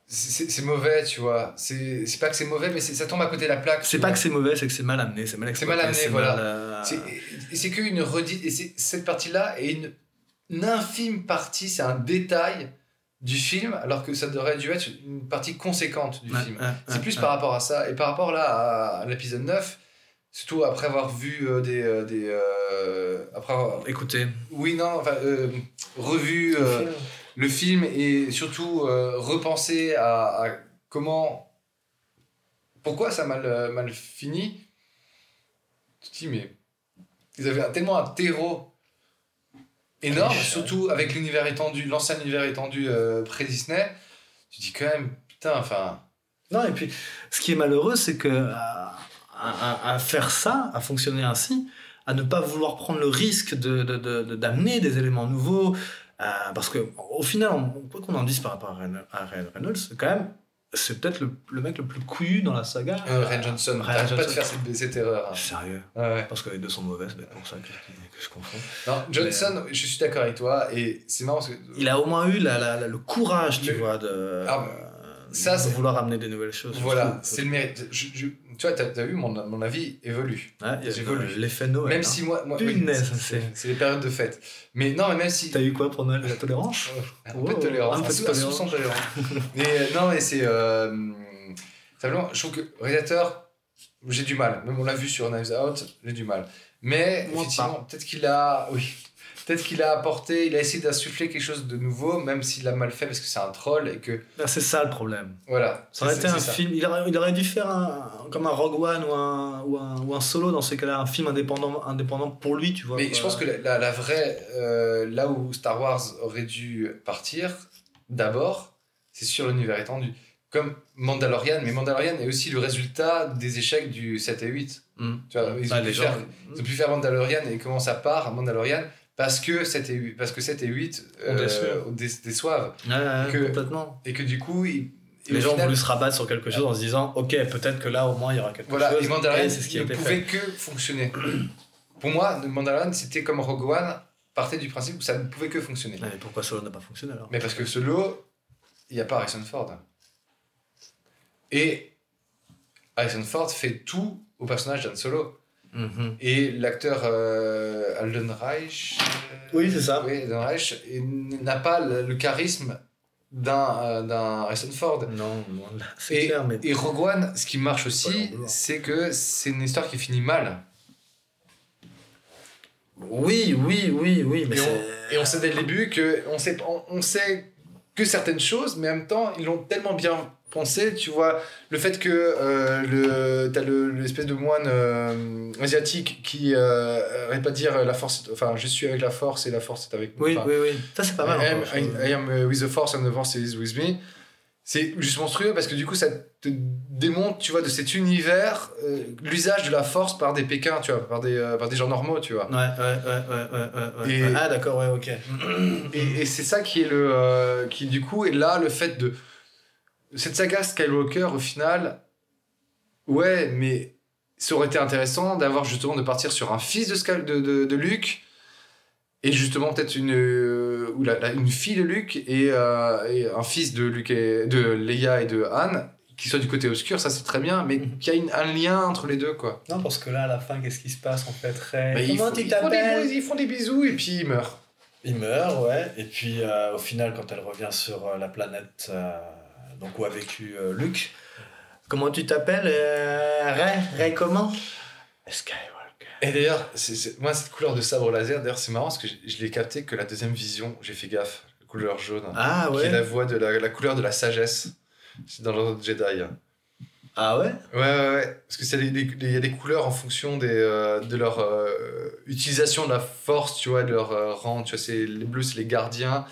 Speaker 7: c'est- c'est c'est mauvais, tu vois. C'est c'est pas que c'est mauvais, mais c'est- ça tombe à côté de la plaque.
Speaker 8: C'est
Speaker 7: tu
Speaker 8: pas
Speaker 7: vois.
Speaker 8: que c'est mauvais, c'est que c'est mal amené, c'est mal
Speaker 7: C'est
Speaker 8: exploité.
Speaker 7: mal amené, voilà.
Speaker 8: mal, euh,
Speaker 7: C'est- et- et C'est qu'une redite, et c'est- cette partie-là est une, une infime partie, c'est un détail du film, alors que ça devrait dû être une partie conséquente du
Speaker 8: ouais,
Speaker 7: film.
Speaker 8: ouais,
Speaker 7: C'est
Speaker 8: ouais,
Speaker 7: plus
Speaker 8: ouais.
Speaker 7: par rapport à ça. Et par rapport là à, à l'épisode 9, surtout après avoir vu euh, des. euh, des euh, après avoir-
Speaker 8: Écoutez,
Speaker 7: Oui, non, enfin, euh, revu euh, le film et surtout euh, repenser à, à comment. Pourquoi ça a mal, euh, mal fini Tu te dis, mais. Ils avaient un- tellement un terreau énorme,
Speaker 8: Riche,
Speaker 7: surtout avec l'univers étendu, l'ancien univers étendu euh, pré-Disney. Tu te dis quand même, putain, enfin.
Speaker 8: Non, et puis, ce qui est malheureux, c'est que euh, à, à- à faire ça, à fonctionner ainsi, à ne pas vouloir prendre le risque de, de- de- de- d'amener des éléments nouveaux, à- parce que au final, on- quoi qu'on en dise par rapport à Ryan, à Ryan Reynolds, c'est quand même, c'est peut-être le, le mec le plus couillu dans la saga.
Speaker 7: Euh, Ryan Johnson,
Speaker 8: Ryan
Speaker 7: t'arrêtes pas de
Speaker 8: Johnson.
Speaker 7: faire cette, cette erreur. hein.
Speaker 8: Sérieux
Speaker 7: Ouais, ouais.
Speaker 8: Parce que les deux sont mauvaises, c'est pour ça que, je- que je confonds.
Speaker 7: Non, Johnson, je suis d'accord avec toi, et c'est marrant parce que
Speaker 8: Il a au moins eu la- la- la- le courage, tu
Speaker 7: Le-
Speaker 8: vois, de,
Speaker 7: Ah, ça,
Speaker 8: de
Speaker 7: c'est-
Speaker 8: vouloir amener des nouvelles choses.
Speaker 7: voilà,
Speaker 8: Je
Speaker 7: c'est
Speaker 8: trouve.
Speaker 7: le mérite. Je- je- tu vois, t'as as vu, mon, mon avis évolue.
Speaker 8: Ouais, il y a
Speaker 7: j'ai voulu.
Speaker 8: L'effet Noël.
Speaker 7: même
Speaker 8: hein.
Speaker 7: si moi, moi
Speaker 8: Punaise,
Speaker 7: c'est-
Speaker 8: c'est-
Speaker 7: c'est- c'est les périodes de fête. Mais non, mais même si
Speaker 8: T'as eu quoi pour Noël de la tolérance
Speaker 7: un peu de
Speaker 8: Wow,
Speaker 7: tolérance,
Speaker 8: un peu de tolérance.
Speaker 7: soupçon de tolérance. mais euh, non, mais c'est euh, simplement, je trouve que réalisateur, j'ai du mal. Même on l'a vu sur Knives Out, j'ai du mal. Mais
Speaker 8: Moi,
Speaker 7: effectivement, peut-être qu'il a, oui, peut-être qu'il a apporté, il a essayé d'insuffler quelque chose de nouveau, même s'il l'a mal fait parce que c'est un troll et que
Speaker 8: Ah, C'est ça le problème.
Speaker 7: voilà.
Speaker 8: Ça aurait
Speaker 7: c'est-
Speaker 8: été
Speaker 7: c'est
Speaker 8: un film. Il aurait, il aurait dû faire un, comme un Rogue One ou un, ou un, ou un solo dans ces cas-là, un film indépendant, indépendant pour lui, tu vois.
Speaker 7: Mais
Speaker 8: quoi.
Speaker 7: je pense que la, la- la vraie, euh, là où Star Wars aurait dû partir, d'abord, c'est sur l'univers étendu. Comme Mandalorian, mais Mandalorian est aussi le résultat des échecs du 7 et 8.
Speaker 8: Mm.
Speaker 7: Tu vois, ils,
Speaker 8: Bah,
Speaker 7: ont
Speaker 8: les
Speaker 7: pu
Speaker 8: gens-
Speaker 7: faire, ils ont pu faire Mandalorian et comment ça part, Mandalorian, parce que 7 et 8, parce que 7 et euh, 8
Speaker 8: On déçoit.
Speaker 7: on dé- déçoivent.
Speaker 8: Ouais, ouais,
Speaker 7: que-
Speaker 8: complètement.
Speaker 7: Et que du coup, ils, et
Speaker 8: les
Speaker 7: au
Speaker 8: gens ont
Speaker 7: final,
Speaker 8: voulu se rabattre sur quelque chose en se disant, ok, peut-être que là au moins il y aura quelque
Speaker 7: Voilà,
Speaker 8: chose.
Speaker 7: et Mandalorian
Speaker 8: Et c'est ce qui a
Speaker 7: ne
Speaker 8: été
Speaker 7: pouvait
Speaker 8: fait.
Speaker 7: que fonctionner. Pour moi, Mandalorian, c'était comme Rogue One, partait du principe où ça ne pouvait que fonctionner.
Speaker 8: Ah, Mais pourquoi solo n'a pas fonctionné alors
Speaker 7: Mais parce que ce lot, il n'y a pas Harrison Ford. Et Harrison Ford fait tout au personnage d'Han Solo.
Speaker 8: Mhm.
Speaker 7: Et l'acteur euh, Alden Reich. euh,
Speaker 8: Oui, c'est ça.
Speaker 7: Oui, Alden Reich et n- n'a pas le, le charisme d'un euh, d'un Harrison Ford.
Speaker 8: Non, loin de là. c'est
Speaker 7: Et,
Speaker 8: clair, mais.
Speaker 7: et Rogue One, ce qui marche aussi,
Speaker 8: Pas leur
Speaker 7: c'est que c'est une histoire qui finit mal.
Speaker 8: Oui, oui, oui, oui, mais
Speaker 7: et,
Speaker 8: c'est-
Speaker 7: on, et on sait dès le début que on sait, on, on sait que certaines choses, mais en même temps, ils l'ont tellement bien pensé. Tu vois, le fait que euh, le, t'as le- l'espèce de moine euh, asiatique qui euh, arrête pas de dire la force, est- enfin, je suis avec la force et la force est avec moi.
Speaker 8: Oui,
Speaker 7: Enfin,
Speaker 8: oui, oui. Ça, c'est pas mal.
Speaker 7: I am,
Speaker 8: encore, je trouve.
Speaker 7: I- I am, uh, with the force and the force is with me. C'est juste monstrueux parce que du coup, ça te démontre, tu vois, de cet univers, euh, l'usage de la force par des Pékins, tu vois, par des, euh, par des gens normaux, tu vois.
Speaker 8: Ouais, ouais, ouais, ouais, ouais, ouais, ouais.
Speaker 7: Et-
Speaker 8: Ah, d'accord, ouais, ok.
Speaker 7: Et, et c'est ça qui est le. euh, qui du coup est là, le fait de. Cette saga Skywalker, au final, ouais, mais ça aurait été intéressant d'avoir justement de partir sur un fils de, Sky- de, de, de Luke, et justement peut-être une, euh, ou la- la- une fille de Luke, et, euh, et un fils de, Luke et, de Leia et de Han, qui soit du côté obscur, ça c'est très bien, mais
Speaker 8: Mhm.
Speaker 7: qu'il y a une- un lien entre les deux, quoi.
Speaker 8: Non, parce que là, à la fin, qu'est-ce qui se passe en fait Ray
Speaker 7: Mais ils, font,
Speaker 8: Comment tu
Speaker 7: ils font des,
Speaker 8: t'appelles
Speaker 7: bisous- ils font des bisous, et puis ils meurent.
Speaker 8: Il meurt, ouais. Et puis, euh, au final, quand elle revient sur euh, la planète euh, donc où a vécu euh, Luke, comment tu t'appelles euh, Ray Ray comment Skywalker.
Speaker 7: Et d'ailleurs, c'est- c'est- moi, cette couleur de sabre laser, d'ailleurs, c'est marrant parce que je, je l'ai capté que la deuxième vision, j'ai fait gaffe, la couleur jaune,
Speaker 8: Ah
Speaker 7: qui est la
Speaker 8: ouais
Speaker 7: voix de la, la couleur de la sagesse. C'est dans l'ordre Jedi. hein.
Speaker 8: Ah ouais
Speaker 7: Ouais, ouais, ouais. Parce que c'est les- les- les- il y a des couleurs en fonction des, euh, de leur euh, utilisation de la force, tu vois, de leur euh, rang. Tu vois, c'est les bleus, c'est les gardiens,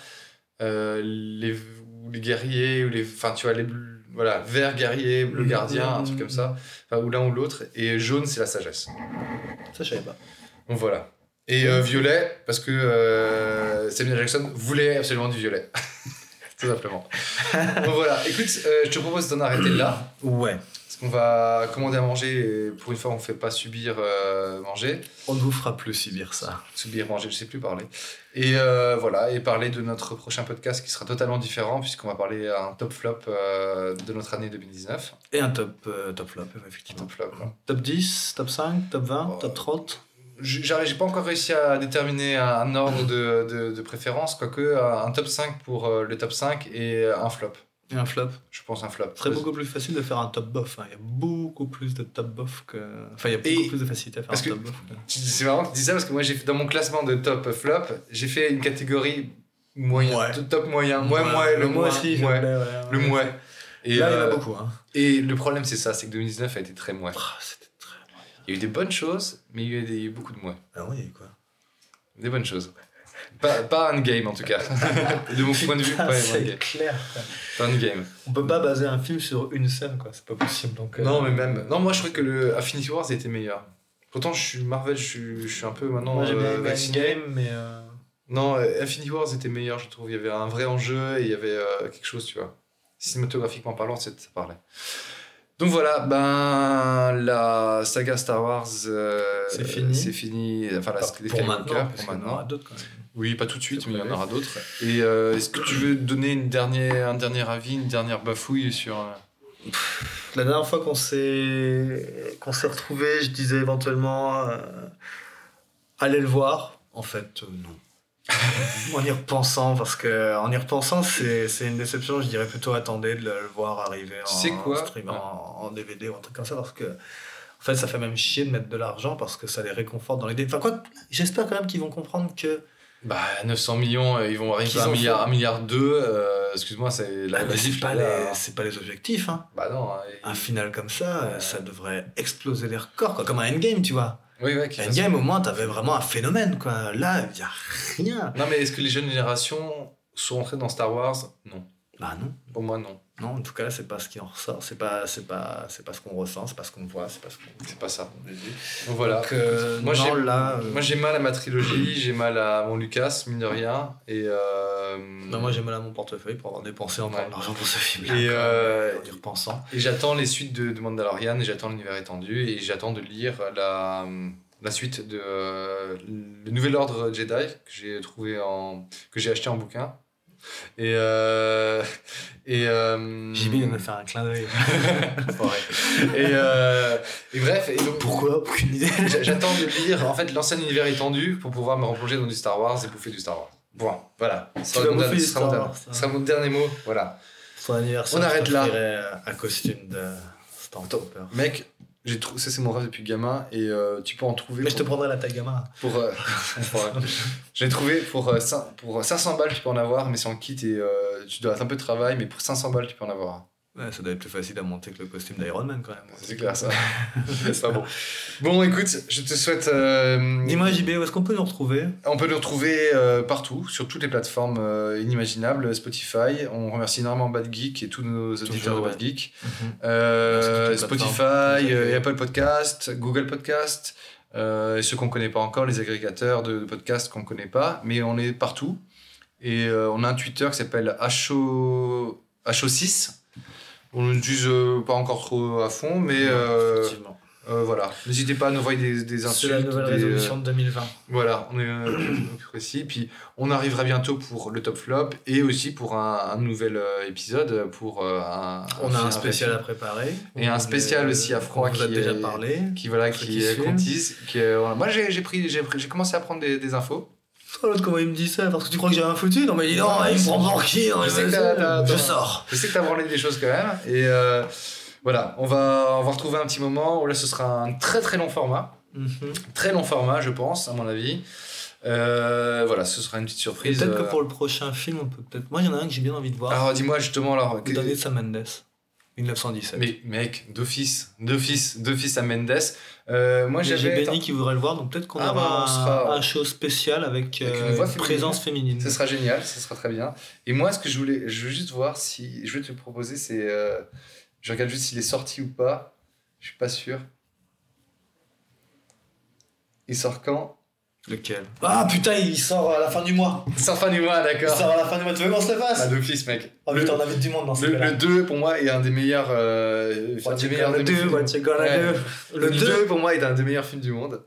Speaker 7: euh, les, ou les guerriers, ou les, enfin, tu vois, les bleus- voilà, vert guerrier, bleu
Speaker 8: Mhm.
Speaker 7: gardien, un truc comme ça, enfin, ou l'un ou l'autre. Et jaune, c'est la sagesse.
Speaker 8: Ça, je savais pas.
Speaker 7: Donc voilà. Et euh, violet, parce que euh, Samuel Jackson voulait absolument du violet. Tout simplement. Donc voilà, écoute, euh, je te propose d'en arrêter là.
Speaker 8: Ouais.
Speaker 7: Parce qu'on va commander à manger et pour une fois, on ne fait pas subir euh, manger.
Speaker 8: On ne vous fera plus subir ça.
Speaker 7: Subir manger, je ne sais plus parler. Et euh, voilà, et parler de notre prochain podcast qui sera totalement différent, puisqu'on va parler à un top flop euh, de notre année 2019.
Speaker 8: Et un top, euh, top flop, effectivement.
Speaker 7: Top flop. hein.
Speaker 8: Top 10, top 5, top 20,
Speaker 7: Oh.
Speaker 8: top 30
Speaker 7: J- J'arrive, j'ai pas encore réussi à déterminer un ordre de, de, de préférence, quoique euh, un top 5 pour euh, le top 5 et euh, un flop.
Speaker 8: et un flop.
Speaker 7: Je pense un flop.
Speaker 8: Ce serait beaucoup plus facile de faire un top bof. hein. Il y a beaucoup plus de top bof que. Enfin, il y a beaucoup
Speaker 7: Et-
Speaker 8: plus de facilité à faire
Speaker 7: parce
Speaker 8: un
Speaker 7: que-
Speaker 8: top bof. que-
Speaker 7: Tu- C'est marrant que tu dis ça parce que moi, j'ai fait- dans mon classement de top flop, j'ai fait une catégorie moyen,
Speaker 8: Ouais.
Speaker 7: de top moyen, moi,
Speaker 8: Ouais,
Speaker 7: moi, le
Speaker 8: moi
Speaker 7: moi,
Speaker 8: aussi, je
Speaker 7: moi,
Speaker 8: voulais, ouais,
Speaker 7: le
Speaker 8: ouais.
Speaker 7: moi. Et,
Speaker 8: Là, il y en a
Speaker 7: euh,
Speaker 8: beaucoup. Hein.
Speaker 7: et le problème, c'est ça, c'est que 2019 a été très mouais.
Speaker 8: Ah, c'était très.
Speaker 7: Il y a eu des bonnes choses, mais il y a eu, des- il y a eu beaucoup de mouais.
Speaker 8: Ah oui, quoi.
Speaker 7: Des bonnes choses. Pas, pas un game en tout cas. de mon point de vue, pas un
Speaker 8: Ah, c'est
Speaker 7: game.
Speaker 8: clair. quoi.
Speaker 7: Pas un game.
Speaker 8: On peut pas baser un film sur une scène, quoi. C'est pas possible. Donc, euh,
Speaker 7: Non, mais même. Non, moi je trouvais que le Infinity Wars était meilleur. Pourtant, je suis Marvel, je suis, je suis un peu maintenant.
Speaker 8: Moi, j'aime
Speaker 7: euh,
Speaker 8: bien
Speaker 7: vacciné.
Speaker 8: Endgame, mais. euh,
Speaker 7: Non, euh, Infinity Wars était meilleur, je trouve. Il y avait un vrai enjeu et il y avait euh, quelque chose, tu vois. Cinématographiquement parlant, c'est- ça parlait. Donc voilà, ben la saga Star Wars, euh,
Speaker 8: C'est fini.
Speaker 7: c'est fini. Enfin, la,
Speaker 8: pas-
Speaker 7: les
Speaker 8: pour
Speaker 7: Skywalker,
Speaker 8: maintenant,
Speaker 7: pour
Speaker 8: parce qu'il y en
Speaker 7: maintenant.
Speaker 8: aura d'autres, quand même.
Speaker 7: Oui, pas tout de suite,
Speaker 8: C'est
Speaker 7: mais il y en
Speaker 8: prévu.
Speaker 7: aura d'autres. Et euh, est-ce que tu veux donner une dernière, un dernier avis, une dernière bafouille sur euh,
Speaker 8: La dernière fois qu'on s'est qu'on s'est retrouvé, je disais éventuellement euh, allez le voir. En fait, euh, non. en y repensant, parce que en y repensant, c'est c'est une déception. Je dirais plutôt attendez de le voir arriver en,
Speaker 7: Tu sais quoi
Speaker 8: stream,
Speaker 7: Ouais.
Speaker 8: en, en DVD ou un truc comme ça, parce que en fait, ça fait même chier de mettre de l'argent parce que ça les réconforte dans l'idée. Enfin quoi, que- j'espère quand même qu'ils vont comprendre que
Speaker 7: Bah, 900 millions, euh, ils vont arriver
Speaker 8: Qu'ils
Speaker 7: à un
Speaker 8: ont
Speaker 7: milliard,
Speaker 8: fait.
Speaker 7: un milliard deux. euh, Excuse-moi, c'est la
Speaker 8: Ah, mais c'est
Speaker 7: diff-
Speaker 8: pas,
Speaker 7: la-
Speaker 8: les- c'est pas les objectifs. Hein.
Speaker 7: Bah non. hein,
Speaker 8: Un
Speaker 7: ils-
Speaker 8: final comme ça, euh, ça devrait exploser les records, quoi, comme un endgame, tu vois.
Speaker 7: Oui, ouais, qu'ils
Speaker 8: Endgame, au moins, t'avais vraiment un phénomène, quoi. Là, il a rien.
Speaker 7: fassent- Non, mais est-ce que les jeunes générations sont entrées dans Star Wars Non.
Speaker 8: Bah non.
Speaker 7: Pour moi, non.
Speaker 8: Non, en tout cas, là, c'est pas ce qui en ressort. C'est pas, c'est pas, c'est pas ce qu'on ressent, c'est pas ce qu'on voit, c'est pas ce qu'on...
Speaker 7: C'est pas ça.
Speaker 8: on a dit.
Speaker 7: Donc voilà.
Speaker 8: Donc, euh,
Speaker 7: moi,
Speaker 8: non,
Speaker 7: j'ai,
Speaker 8: là, euh,
Speaker 7: moi, j'ai mal à ma trilogie, j'ai mal à mon Lucas, mine de rien. Et. euh,
Speaker 8: Non, moi, j'ai mal à mon portefeuille pour avoir dépensé encore
Speaker 7: Ouais.
Speaker 8: de l'argent pour ce film.
Speaker 7: Et, euh,
Speaker 8: En y repensant.
Speaker 7: Et j'attends les suites de, de Mandalorian, et j'attends l'univers étendu, et j'attends de lire la, la suite de euh, le Nouvel Ordre Jedi que j'ai trouvé en que j'ai acheté en bouquin. Et euh, et euh,
Speaker 8: Jimmy vient de me faire un clin d'œil.
Speaker 7: Enfoiré. et, euh, et bref, et donc,
Speaker 8: Pourquoi Aucune idée.
Speaker 7: j'a- j'attends de lire en fait l'ancien univers étendu pour pouvoir me replonger dans du Star Wars et bouffer du Star Wars. Bon, voilà. Ce sera
Speaker 8: vas
Speaker 7: mon
Speaker 8: bouffer
Speaker 7: dernier-
Speaker 8: du
Speaker 7: ce sera mon
Speaker 8: Star
Speaker 7: dernier-
Speaker 8: Wars, ça.
Speaker 7: ce sera mon dernier mot. Voilà.
Speaker 8: Son anniversaire.
Speaker 7: On arrête
Speaker 8: je
Speaker 7: là.
Speaker 8: t'offrirai Un costume de Stormtrooper.
Speaker 7: Mec, j'ai trou- ça c'est mon rêve depuis gamin et euh, tu peux en trouver
Speaker 8: Mais je te
Speaker 7: pour,
Speaker 8: prendrai la taille gamin.
Speaker 7: pour, euh, pour, euh, j'ai trouvé pour euh, cin- pour euh, 500 balles tu peux en avoir mais c'est en kit et euh, tu dois être un peu de travail, mais pour 500 balles, tu peux en avoir un.
Speaker 8: Ouais, ça doit être plus facile à monter que le costume d'Iron Man quand même.
Speaker 7: C'est clair, ça. c'est pas bon. Bon, écoute, je te souhaite. euh,
Speaker 8: Dis-moi, JB, où est-ce qu'on peut nous retrouver
Speaker 7: On peut nous retrouver euh, partout, sur toutes les plateformes euh, inimaginables, Spotify. On remercie énormément Bad Geek et tous nos auditeurs de
Speaker 8: ouais.
Speaker 7: Bad Geek.
Speaker 8: Mhm.
Speaker 7: Euh,
Speaker 8: Merci à toutes les plateformes.
Speaker 7: Spotify, euh, et Apple Podcast, Google Podcast, euh, et ceux qu'on connaît pas encore, les agrégateurs de, de podcasts qu'on connaît pas, mais on est partout. Et euh, on a un Twitter qui s'appelle HO... HO6. On ne l'utilise euh, pas encore trop à fond, mais euh,
Speaker 8: Effectivement.
Speaker 7: euh, voilà. N'hésitez pas à nous envoyer des, des
Speaker 8: C'est
Speaker 7: insultes.
Speaker 8: la nouvelle
Speaker 7: des, euh,
Speaker 8: résolution de 2020.
Speaker 7: voilà, on est euh, plus précis. Puis on arrivera bientôt pour le top flop et aussi pour un, un nouvel euh, épisode pour euh, un.
Speaker 8: On a un
Speaker 7: film
Speaker 8: spécial à
Speaker 7: récit
Speaker 8: préparer.
Speaker 7: Et un spécial aussi à froid
Speaker 8: On vous a
Speaker 7: qui
Speaker 8: déjà
Speaker 7: est-
Speaker 8: parlé.
Speaker 7: qui voilà
Speaker 8: Ceux
Speaker 7: qui
Speaker 8: qui
Speaker 7: euh,
Speaker 8: suivent.
Speaker 7: qu'on tease, qui, euh, voilà. Moi j'ai j'ai pris j'ai pris- j'ai commencé à prendre des, des infos.
Speaker 8: Oh, l'autre, comment il me dit ça Parce que tu crois que j'ai un foutu Non, mais il dit non, il me prend pour qui Non,
Speaker 7: Je
Speaker 8: il
Speaker 7: sais
Speaker 8: me-
Speaker 7: que t'as- t'as-
Speaker 8: Je
Speaker 7: t'as-
Speaker 8: sors.
Speaker 7: Je sais que t'as branlé des choses quand même et euh, voilà on va on va retrouver un petit moment où là ce sera un très très long format
Speaker 8: Mhm.
Speaker 7: très long format je pense à mon avis. Euh, voilà ce sera une petite
Speaker 8: Et
Speaker 7: surprise.
Speaker 8: Peut-être que
Speaker 7: euh. Ah,
Speaker 8: pour le prochain film, on peut peut-être. Moi, il y en a un que j'ai bien envie de voir.
Speaker 7: Alors dis-moi justement alors. que-
Speaker 8: Le dernier de Sam Mendes. 1917.
Speaker 7: Mais mec, d'office, d'office, d'office à Mendes. Euh, moi
Speaker 8: Mais J'ai
Speaker 7: j'avais.
Speaker 8: Benny qui voudrait le voir, donc peut-être qu'on
Speaker 7: Ah,
Speaker 8: aura
Speaker 7: bah, on
Speaker 8: un,
Speaker 7: sera-
Speaker 8: un show spécial avec,
Speaker 7: Avec une
Speaker 8: euh,
Speaker 7: voix
Speaker 8: une
Speaker 7: féminine.
Speaker 8: présence féminine.
Speaker 7: Ce sera génial, ce sera très bien. Et moi, ce que je voulais, je veux juste voir si je vais te proposer, c'est, euh, je regarde juste s'il est sorti ou pas. Je suis pas sûr. Il sort quand
Speaker 8: Lequel Ah putain, il sort à la fin du mois.
Speaker 7: Il sort fin du mois,
Speaker 8: Il
Speaker 7: d'accord.
Speaker 8: sort à la fin du mois. Tu veux qu'on se le
Speaker 7: Ah,
Speaker 8: fasse
Speaker 7: d'office, mec.
Speaker 8: Oh
Speaker 7: le,
Speaker 8: putain, on invite du monde dans ce
Speaker 7: le,
Speaker 8: cas-là.
Speaker 7: 2 pour moi est un des meilleurs. euh, un
Speaker 8: What
Speaker 7: des
Speaker 8: you
Speaker 7: meilleurs
Speaker 8: gonna
Speaker 7: des-
Speaker 8: do, what you gonna
Speaker 7: Ouais.
Speaker 8: do.
Speaker 7: Le
Speaker 8: Le 2
Speaker 7: 2 pour moi est un des meilleurs films du monde.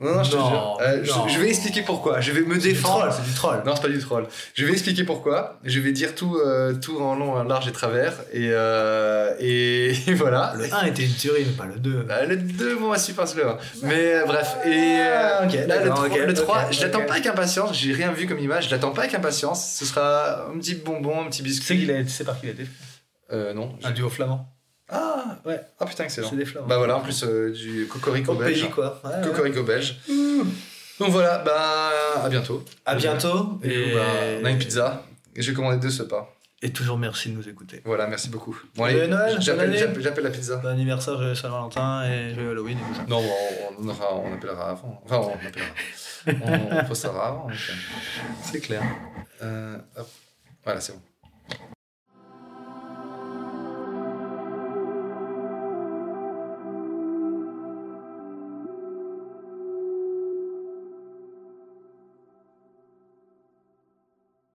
Speaker 7: Non, non, je te
Speaker 8: Non,
Speaker 7: jure. Euh, je-
Speaker 8: non.
Speaker 7: Je, vais expliquer pourquoi. Je vais me
Speaker 8: C'est du troll,
Speaker 7: défendre.
Speaker 8: c'est du troll.
Speaker 7: Non, c'est pas du troll. Je vais expliquer pourquoi. Je vais dire tout, euh, tout en long, en large et travers. Et, euh, et, et voilà.
Speaker 8: Le 1 était une tuerie, mais pas le 2.
Speaker 7: Ah, Le 2, bon, si passe le 1. Mais euh, bref. Et euh,
Speaker 8: Ah, ok,
Speaker 7: là, le
Speaker 8: d'accord,
Speaker 7: 3,
Speaker 8: ok, ok,
Speaker 7: je l'attends
Speaker 8: ok.
Speaker 7: pas avec impatience. J'ai rien vu comme image. Je l'attends pas avec impatience. Ce sera un petit bonbon, un petit
Speaker 8: Tu sais,
Speaker 7: biscuit.
Speaker 8: qu'il a, tu sais par qui il a été fait
Speaker 7: Euh, non.
Speaker 8: Un duo flamand.
Speaker 7: Ah, ouais. Ah, putain, excellent.
Speaker 8: C'est des flamands.
Speaker 7: Bah voilà, en plus euh, du cocorico
Speaker 8: Au
Speaker 7: belge.
Speaker 8: pays, quoi. Ah, Ouais, ouais.
Speaker 7: Cocorico belge. Donc voilà, bah à bientôt.
Speaker 8: À bientôt.
Speaker 7: Et, nous, bah, on a une pizza. Et j'ai commandé deux ce pas.
Speaker 8: Et toujours merci de nous écouter.
Speaker 7: Voilà, merci beaucoup. Bon,
Speaker 8: Joyeux Noël, bonne
Speaker 7: j'appelle,
Speaker 8: année.
Speaker 7: j'appelle, j'appelle la pizza.
Speaker 8: Bon anniversaire, joyeux Saint-Valentin et joyeux Halloween. Et tout ça.
Speaker 7: Non, bon, on, on aura- on appellera avant. Enfin, on appellera. on, on postera avant. en fait.
Speaker 8: C'est clair.
Speaker 7: Euh, hop. Voilà, c'est bon.